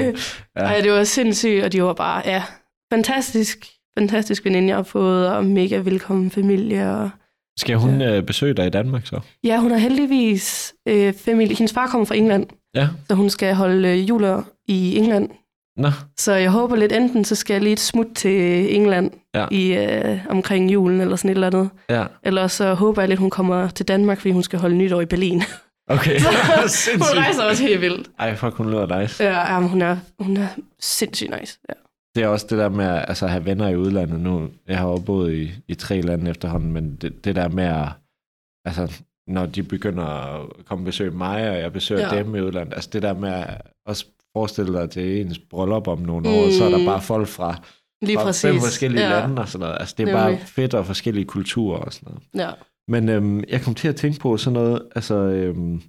Speaker 1: Ja.
Speaker 2: ja. Ej, det var sindssygt, og de var bare, ja, fantastisk, fantastisk veninde, jeg har fået, og mega velkommen familie, og
Speaker 1: Skal hun øh, besøge dig i Danmark så?
Speaker 2: Ja, hun har heldigvis øh, familie. Hendes far kommer fra England,
Speaker 1: Ja.
Speaker 2: så hun skal holde øh, juler i England.
Speaker 1: Nå,
Speaker 2: Så jeg håber lidt, enten så skal jeg lige et smut til England
Speaker 1: Ja.
Speaker 2: ja. i, øh, omkring julen eller sådan et eller andet.
Speaker 1: ja.
Speaker 2: Eller så håber jeg lidt, hun kommer til Danmark, fordi hun skal holde nytår i Berlin.
Speaker 1: Okay.
Speaker 2: hun
Speaker 1: Sindssygt.
Speaker 2: rejser også helt vildt.
Speaker 1: Ej, fuck, hun lyder nice.
Speaker 2: Ja, ja men hun, er, hun er sindssygt nice. Ja.
Speaker 1: Det er også det der med at altså, have venner i udlandet nu. Jeg har jo boet i, i tre lande efterhånden, men det, det der med at, altså, når de begynder at komme og besøge mig, og jeg besøger ja.
Speaker 2: Ja.
Speaker 1: dem i udlandet, altså det der med at også forestille dig til ens bryllup om nogle år, så er der
Speaker 2: Mm.
Speaker 1: bare folk fra,
Speaker 2: Lige
Speaker 1: fra
Speaker 2: præcis.
Speaker 1: fem forskellige
Speaker 2: ja.
Speaker 1: ja. lande og sådan noget. Altså det er bare
Speaker 2: Nemlig.
Speaker 1: fedt og forskellige kulturer og sådan noget.
Speaker 2: Ja.
Speaker 1: Men øhm, jeg kom til at tænke på sådan noget, altså, øhm,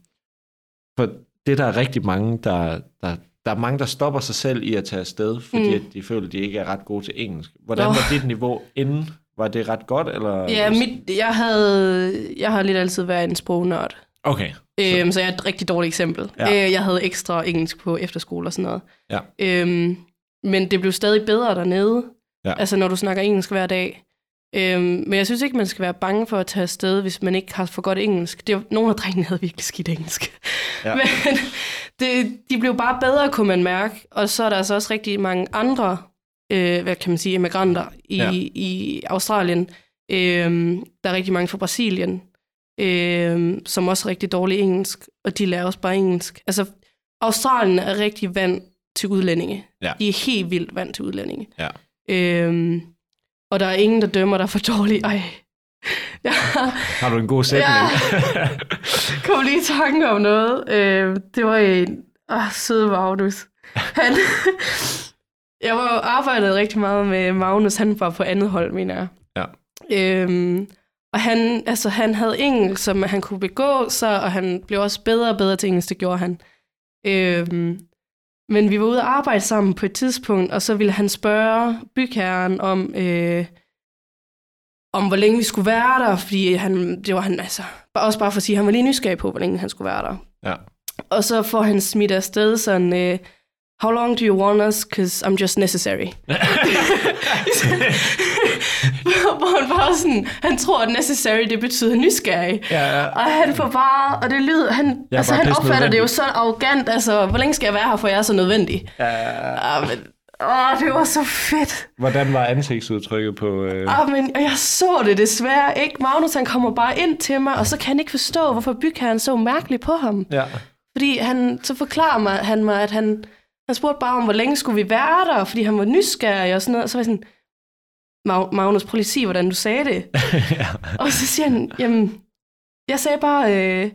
Speaker 1: for det der er rigtig mange, der, der, der er mange, der stopper sig selv i at tage afsted, fordi mm.
Speaker 2: Mm.
Speaker 1: at de føler, de ikke er ret gode til engelsk. Hvordan
Speaker 2: Nå.
Speaker 1: var dit niveau inden? Var det ret godt, eller?
Speaker 2: ja mit, jeg, havde, jeg har lidt altid været en sprognørd.
Speaker 1: Okay.
Speaker 2: Øhm, så jeg er et rigtig dårligt eksempel.
Speaker 1: Ja.
Speaker 2: Ja. Øh, jeg havde ekstra engelsk på efterskole og sådan noget.
Speaker 1: Ja.
Speaker 2: Øhm, men det blev stadig bedre dernede,
Speaker 1: Ja.
Speaker 2: altså når du snakker engelsk hver dag. Øhm, men jeg synes ikke, man skal være bange for at tage afsted, hvis man ikke har for godt engelsk. Det var, nogle af drengene havde virkelig skidt engelsk.
Speaker 1: Ja.
Speaker 2: Ja. Men det, de blev bare bedre, kunne man mærke. Og så er der altså også rigtig mange andre, øh, hvad kan man sige, immigranter i,
Speaker 1: Ja.
Speaker 2: ja. i Australien. Øhm, der er rigtig mange fra Brasilien, øh, som også er rigtig dårlig engelsk, og de lærer også bare engelsk. Altså, Australien er rigtig vant til udlændinge.
Speaker 1: Ja.
Speaker 2: De er helt vildt vant til udlændinge.
Speaker 1: Ja.
Speaker 2: Øhm, og der er ingen, der dømmer dig for dårlig. Ej, jeg
Speaker 1: Har du en god sætning? Ja.
Speaker 2: kom lige i tanke om noget. Øh, det var en ah, søde Magnus. Han, jeg var arbejdede rigtig meget med Magnus. Han var på andet hold, mener jeg.
Speaker 1: Ja.
Speaker 2: Øhm, og han, altså, han havde engelsk, som han kunne begå sig, og han blev også bedre og bedre til engelsk, det gjorde han. Øhm, men vi var ude at arbejde sammen på et tidspunkt, og så ville han spørge bygherren om, øh, om hvor længe vi skulle være der, fordi han, det var han altså, bare- også bare for at sige, han var lige nysgerrig på, hvor længe han skulle være der.
Speaker 1: ja.
Speaker 2: Og så får han smidt afsted sådan, øh, how long do you want us, cause I'm just necessary. hvor han bare sådan, han tror, at necessary, det betyder nysgerrig.
Speaker 1: Ja, ja.
Speaker 2: Og han får bare, og det lyder, han,
Speaker 1: er
Speaker 2: altså,
Speaker 1: bare
Speaker 2: han
Speaker 1: pisse
Speaker 2: opfatter det jo
Speaker 1: nødvendig.
Speaker 2: så arrogant, altså, hvor længe skal jeg være her, for jeg er så nødvendig. Ja. men, åh, det var så fedt.
Speaker 1: Hvordan var ansigtsudtrykket på... Øh...
Speaker 2: Ah, men og jeg så det desværre ikke. Magnus, han kommer bare ind til mig, og så kan han ikke forstå, hvorfor bygherren så mærkeligt på ham.
Speaker 1: Ja.
Speaker 2: Fordi han, så forklarer mig, han mig, at han, han spurgte bare om, hvor længe skulle vi være der, fordi han var nysgerrig og sådan noget. Så var jeg sådan, "Mag- Magnus, prøv lige at sige, hvordan du sagde det.
Speaker 1: ja.
Speaker 2: Og så siger han, jamen, jeg sagde bare, øh,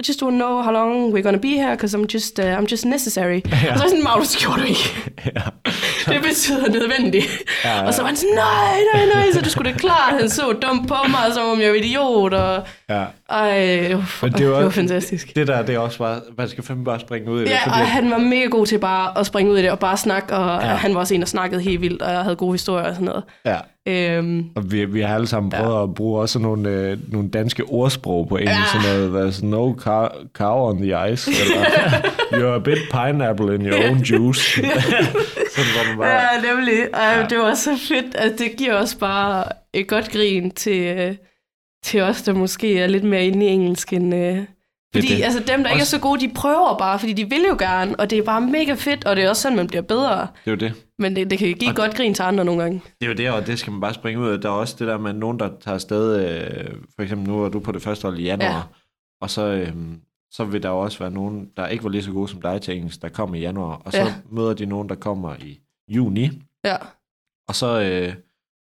Speaker 2: I just don't know how long we're gonna be here, because I'm just, uh, I'm just necessary. Ja. Og så er jeg sådan, Magnus, det gjorde du ikke.
Speaker 1: ja.
Speaker 2: Det betyder nødvendigt.
Speaker 1: Ja, ja.
Speaker 2: Ja. Og så var han sådan, nej, nej, nej, så du skulle da klart, han så dum på mig, som om jeg var idiot, og
Speaker 1: ja.
Speaker 2: ej, uf,
Speaker 1: Men
Speaker 2: det, var, det var fantastisk.
Speaker 1: Det der, det er også bare... Man skal fandme bare springe ud i det,
Speaker 2: Ja, og han var mega god til bare at springe ud i det og bare snakke, og
Speaker 1: Ja.
Speaker 2: ja. han var også en, der snakkede helt vildt, og jeg havde gode historier og sådan noget.
Speaker 1: ja.
Speaker 2: Øhm,
Speaker 1: Og vi, vi har alle sammen prøvet ja. at bruge også sådan nogle, øh, nogle danske ordsprog på engelsk, ja. sådan noget, there's no car, cow on the ice, eller you're a bit pineapple in your own juice. sådan var man bare,
Speaker 2: ja, nemlig. Ej, ja. det var så fedt, at det giver også bare et godt grin til, øh, til os, der måske er lidt mere inde i engelsk end... Øh,
Speaker 1: Det er
Speaker 2: fordi
Speaker 1: det.
Speaker 2: det. altså dem, der ikke er
Speaker 1: Også-
Speaker 2: så gode, de prøver bare, fordi de vil jo gerne, og det er bare mega fedt, og det er også sådan, man bliver bedre.
Speaker 1: det er jo det.
Speaker 2: Men det, det kan give
Speaker 1: Og-
Speaker 2: og... godt grin til andre nogle gange.
Speaker 1: Det er jo det, og det skal man bare springe ud af. Der er også det der med nogen, der tager afsted, øh, for eksempel nu er du på det første hold i januar, ja.
Speaker 2: Ja.
Speaker 1: og så, øh, så vil der jo også være nogen, der ikke var lige så gode som dig til engelsk, der kommer i januar, og så ja.
Speaker 2: Ja.
Speaker 1: møder de nogen, der kommer i juni,
Speaker 2: Ja.
Speaker 1: Og så, øh,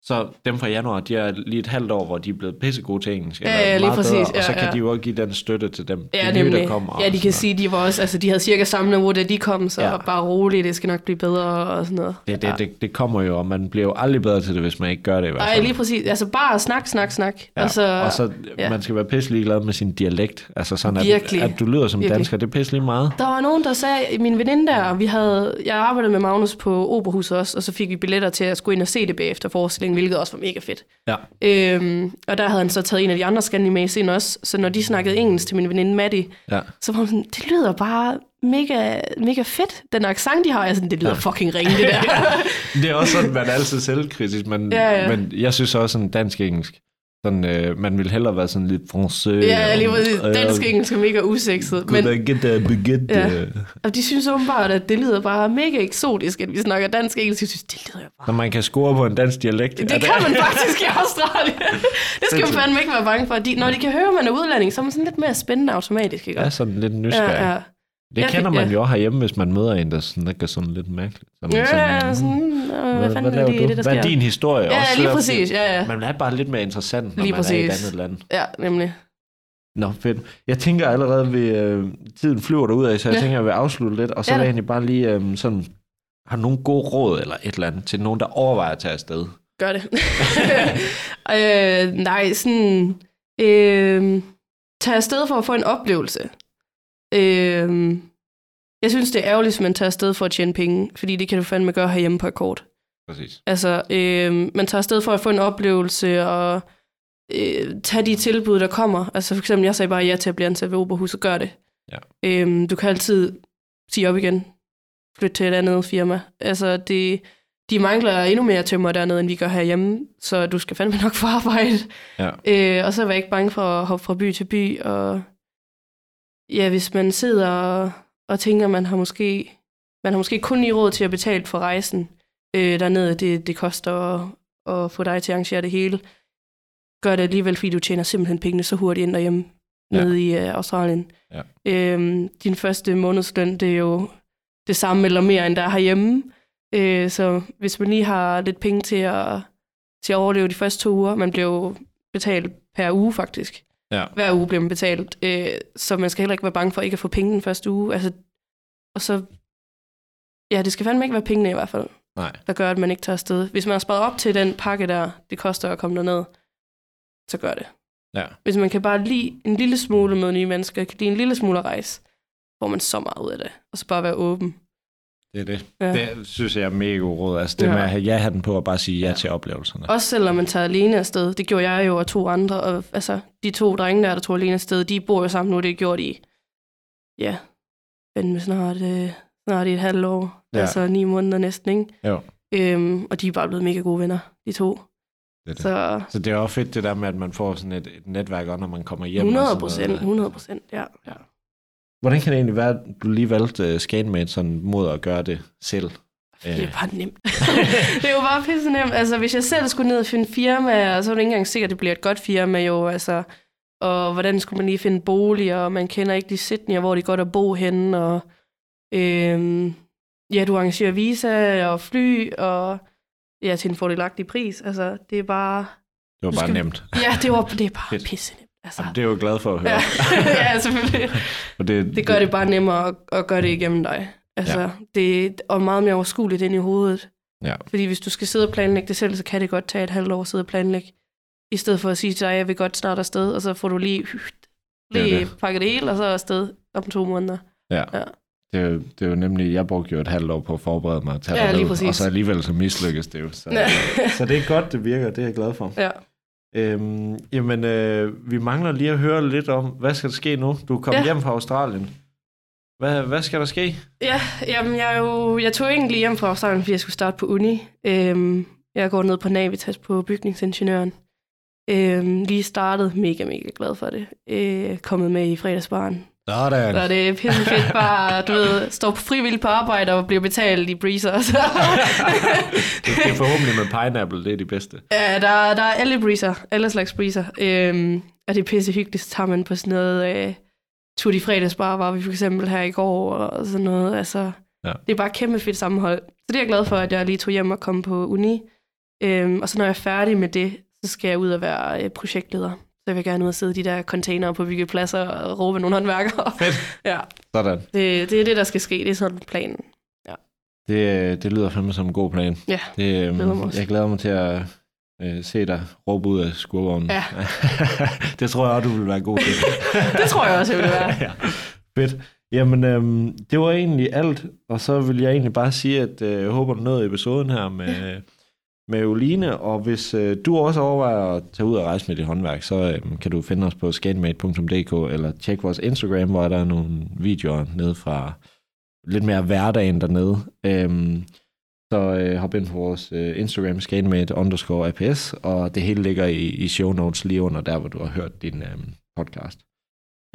Speaker 1: Så dem fra januar, de er lige et halvt år, hvor de er blevet pissegode til engelsk.
Speaker 2: Ja,
Speaker 1: eller
Speaker 2: ja, lige
Speaker 1: meget
Speaker 2: præcis.
Speaker 1: Bedre, og
Speaker 2: Ja,
Speaker 1: så kan
Speaker 2: ja.
Speaker 1: de jo også give den støtte til dem.
Speaker 2: Ja,
Speaker 1: de nye, der
Speaker 2: nemlig.
Speaker 1: kommer. og
Speaker 2: ja, de
Speaker 1: sådan
Speaker 2: kan sige, de var også, altså, de havde cirka samme niveau, da de kom, så
Speaker 1: Ja.
Speaker 2: ja. bare roligt, det skal nok blive bedre og sådan noget.
Speaker 1: noget. det, det, det, det kommer jo, og man bliver jo aldrig bedre til det, hvis man ikke gør det i hvert fald.
Speaker 2: Nej, lige præcis. Altså bare snak, snak, snak. Altså,
Speaker 1: Ja, og så, og så ja. man skal være pisselig glad med sin dialekt. Altså sådan, at,
Speaker 2: Virkelig.
Speaker 1: at du lyder som
Speaker 2: Virkelig.
Speaker 1: dansker, det er pisselig meget.
Speaker 2: Der var nogen, der sagde, min veninde der, vi havde, jeg arbejdede med Magnus på Operahuset også, og så fik vi billetter til at skulle ind og se det bagefter forestillingen, hvilket også var mega fedt.
Speaker 1: Ja.
Speaker 2: Øhm, og der havde han så taget en af de andre Scandimase ind også, så når de snakkede engelsk til min veninde Maddie,
Speaker 1: Ja.
Speaker 2: så var hun sådan, det lyder bare mega, mega fedt, den accent, de har. Jeg er sådan, det lyder fucking ringe, det der.
Speaker 1: Det er også sådan, man er altid selvkritisk, men,
Speaker 2: Ja, ja.
Speaker 1: men jeg synes også sådan dansk-engelsk. Sådan, øh, man ville hellere være sådan lidt français.
Speaker 2: ja, lige præcis. Dansk engelsk er mega usekset.
Speaker 1: Men,
Speaker 2: Men
Speaker 1: get the baguette.
Speaker 2: Ja.
Speaker 1: Ja.
Speaker 2: og de synes åbenbart, at det lyder bare mega eksotisk, at vi snakker dansk engelsk. Jeg synes, det lyder jo bare...
Speaker 1: Når man kan score på en dansk dialekt. er
Speaker 2: Det kan man faktisk i Australien. Det skal man
Speaker 1: Sindssygt.
Speaker 2: fandme ikke være bange for. De, når de kan høre, at man er udlænding, så er man sådan lidt mere spændende automatisk, ikke?
Speaker 1: Ja, sådan lidt nysgerrig. Ja, ja. Det
Speaker 2: Ja,
Speaker 1: kender
Speaker 2: det-
Speaker 1: man
Speaker 2: ja.
Speaker 1: jo herhjemme, hvis man møder en, der snakker sådan lidt mærkeligt. Så er man
Speaker 2: Ja,
Speaker 1: sådan,
Speaker 2: sådan, øh, hvad fanden er det,
Speaker 1: laver
Speaker 2: lige det, der sker?
Speaker 1: Hvad er din historie?
Speaker 2: Ja,
Speaker 1: også,
Speaker 2: lige
Speaker 1: selvom-
Speaker 2: præcis, ja, ja.
Speaker 1: Man er bare lidt mere interessant, når
Speaker 2: Lige
Speaker 1: man er i et
Speaker 2: præcis.
Speaker 1: andet land.
Speaker 2: Ja, nemlig.
Speaker 1: Nå, fedt. Jeg tænker allerede, ved, øh, tiden flyver derud af, så jeg ja.
Speaker 2: Ja.
Speaker 1: tænker, at jeg vil afslutte lidt. Og så
Speaker 2: Ja
Speaker 1: ja. vil jeg
Speaker 2: da.
Speaker 1: egentlig bare lige øh, sådan, har du nogle gode råd eller et eller andet til nogen, der overvejer at tage afsted?
Speaker 2: Gør det. øh, nej, sådan... Øh, tag afsted for at få en oplevelse. Øh, jeg synes, det er ærgerligt, hvis man tager afsted for at tjene penge, fordi det kan du fandme gøre herhjemme på akkord.
Speaker 1: Præcis.
Speaker 2: Altså, øh, man tager afsted for at få en oplevelse og øh, tage de tilbud, der kommer. Altså for eksempel, jeg sagde bare ja til at blive ansat ved Oberhus, og gør det.
Speaker 1: Ja.
Speaker 2: Øh, du kan altid sige op igen. Flyt til et andet firma. Altså, det, de mangler endnu mere tømmer dernede, end vi gør herhjemme, så du skal fandme nok få arbejde.
Speaker 1: Ja.
Speaker 2: Øh, og så være ikke bange for at hoppe fra by til by. Og ja, hvis man sidder og, og tænker, man har måske man har måske kun lige råd til at betale for rejsen øh, dernede, det, det koster at, at få dig til at arrangere det hele. Gør det alligevel, fordi du tjener simpelthen pengene så hurtigt ind derhjemme,
Speaker 1: Ja.
Speaker 2: ja. nede i øh, Australien.
Speaker 1: Ja.
Speaker 2: Øhm, din første månedsløn, det er jo det samme eller mere, end der er herhjemme. Øh, så hvis man lige har lidt penge til at, til at overleve de første to uger, man bliver jo betalt per uge faktisk.
Speaker 1: Ja.
Speaker 2: Hver uge bliver man betalt, øh, så man skal heller ikke være bange for ikke at få penge den første uge. Altså, og så, ja, det skal fandme ikke være pengene i hvert fald,
Speaker 1: Nej.
Speaker 2: der gør, at man ikke tager afsted. Hvis man har sparet op til den pakke der, det koster at komme derned, så gør det.
Speaker 1: Ja.
Speaker 2: Hvis man kan bare lide en lille smule med nye mennesker, kan lide en lille smule at rejse, får man så meget ud af det. Og så bare være åben.
Speaker 1: Det er det.
Speaker 2: Ja.
Speaker 1: Det synes jeg er mega god råd. Altså det ja.
Speaker 2: Ja.
Speaker 1: med at have ja-hatten på og bare sige ja, ja. til oplevelserne.
Speaker 2: Også selvom man tager alene afsted. Det gjorde jeg jo og to andre. Og, altså, de to drenge der, der tog alene afsted, de bor jo sammen nu. Det gjorde de, ja, fandme snart, øh, snart i et halvt år.
Speaker 1: Ja.
Speaker 2: Ja. Altså ni måneder næsten, ikke?
Speaker 1: Jo.
Speaker 2: Øhm, og de er bare blevet mega gode venner, de to.
Speaker 1: Det er det.
Speaker 2: Så
Speaker 1: Så det er også fedt det der med, at man får sådan et, et netværk, og når man kommer hjem. og sådan
Speaker 2: 100
Speaker 1: noget.
Speaker 2: procent, 100 procent, ja. ja.
Speaker 1: Hvordan kan det egentlig være, at du lige valgte uh, Scanman sådan mod at gøre det selv?
Speaker 2: Det
Speaker 1: Øh.
Speaker 2: er bare nemt. det er jo bare pisse nemt. Altså, hvis jeg selv skulle ned og finde firma, så er det ikke engang sikkert, at det bliver et godt firma jo. Altså, og hvordan skulle man lige finde bolig, og man kender ikke de Sydney, og hvor det er godt at bo henne, og øhm, ja, du arrangerer visa og fly, og ja, til en fordelagtig pris. Altså, det er bare...
Speaker 1: Det var
Speaker 2: Du
Speaker 1: bare
Speaker 2: skal-
Speaker 1: nemt.
Speaker 2: Ja, det, var, det er bare
Speaker 1: Fedt.
Speaker 2: pisse nemt. Altså.
Speaker 1: Jamen, det er jeg jo glad for at høre.
Speaker 2: ja. ja, selvfølgelig.
Speaker 1: Og det,
Speaker 2: Det gør det bare nemmere at, at gøre det igennem dig. Altså, ja. det er meget mere overskueligt ind i hovedet.
Speaker 1: Ja.
Speaker 2: Fordi hvis du skal sidde og planlægge det selv, så kan det godt tage et halvt år at sidde og planlægge. I stedet for at sige til dig, jeg vil godt snart afsted, og så får du lige,
Speaker 1: Det er
Speaker 2: lige
Speaker 1: det.
Speaker 2: pakket det hele, og så afsted om to måneder.
Speaker 1: Det, er jo- det er jo nemlig, jeg brugte jo et halvt år på at forberede mig at tage
Speaker 2: Ja,
Speaker 1: det
Speaker 2: lige
Speaker 1: ned,
Speaker 2: præcis.
Speaker 1: og så alligevel så mislykkes det jo. Så,
Speaker 2: Ja.
Speaker 1: så det er godt, det virker, det er jeg glad for.
Speaker 2: ja.
Speaker 1: Øhm, jamen, øh, vi mangler lige at høre lidt om, hvad skal der ske nu? Du er kommet ja.
Speaker 2: Ja.
Speaker 1: hjem fra Australien. Hvad, hvad skal der ske?
Speaker 2: Ja, jamen jeg, er jo, jeg tog egentlig hjem fra Australien, fordi jeg skulle starte på uni. Øhm, jeg går ned på Navitas på bygningsingeniøren. Øhm, lige startet, mega, mega glad for det. Øh, kommet med i fredagsbaren.
Speaker 1: Sådan.
Speaker 2: Så det er pisse fedt bare, du ved, står på frivilligt på arbejde og bliver betalt i breezer. Så.
Speaker 1: Det er forhåbentlig med pineapple, det er de bedste.
Speaker 2: ja, der, der er alle breezer, alle slags breezer. Øhm, og det er pisse hyggeligt, så tager man på sådan noget øh, tur i fredagsbar, var vi for eksempel her i går og sådan noget. Altså,
Speaker 1: Ja.
Speaker 2: Det er bare et kæmpe fedt sammenhold. Så det er jeg glad for, at jeg lige tog hjem og kom på uni. Øhm, og så når jeg er færdig med det, så skal jeg ud og være øh, projektleder. Så jeg vil gerne ud og sidde i de der containere på byggepladser og råbe nogle håndværkere.
Speaker 1: Fedt.
Speaker 2: ja,
Speaker 1: Sådan.
Speaker 2: det, det er det, der skal ske. Det er sådan planen.
Speaker 1: Det, det lyder fandme som en god plan.
Speaker 2: Ja,
Speaker 1: Det, øhm,
Speaker 2: glæder mig også.
Speaker 1: jeg glæder mig til at øh, se dig råbe ud af skurvognen.
Speaker 2: Ja.
Speaker 1: det tror jeg også, du vil være god til.
Speaker 2: Det tror jeg også, jeg vil være.
Speaker 1: ja. Fedt. Jamen, øhm, det var egentlig alt, og så vil jeg egentlig bare sige, at øh, jeg håber, du nåede episoden her med, med Oline, og hvis øh, du også overvejer at tage ud og rejse med dit håndværk, så øh, kan du finde os på skatemate.dk, eller tjek vores Instagram, hvor der er nogle videoer nede fra lidt mere hverdagen dernede. Øhm, så øh, hop ind på vores øh, Instagram, skatemate underscore aps, og det hele ligger i, i show notes lige under der, hvor du har hørt din øh, podcast.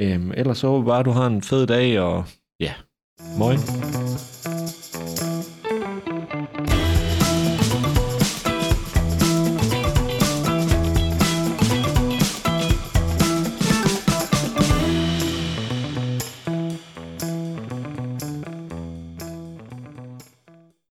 Speaker 1: Øhm, ellers så håber jeg bare, at du har en fed dag, og ja, morgen.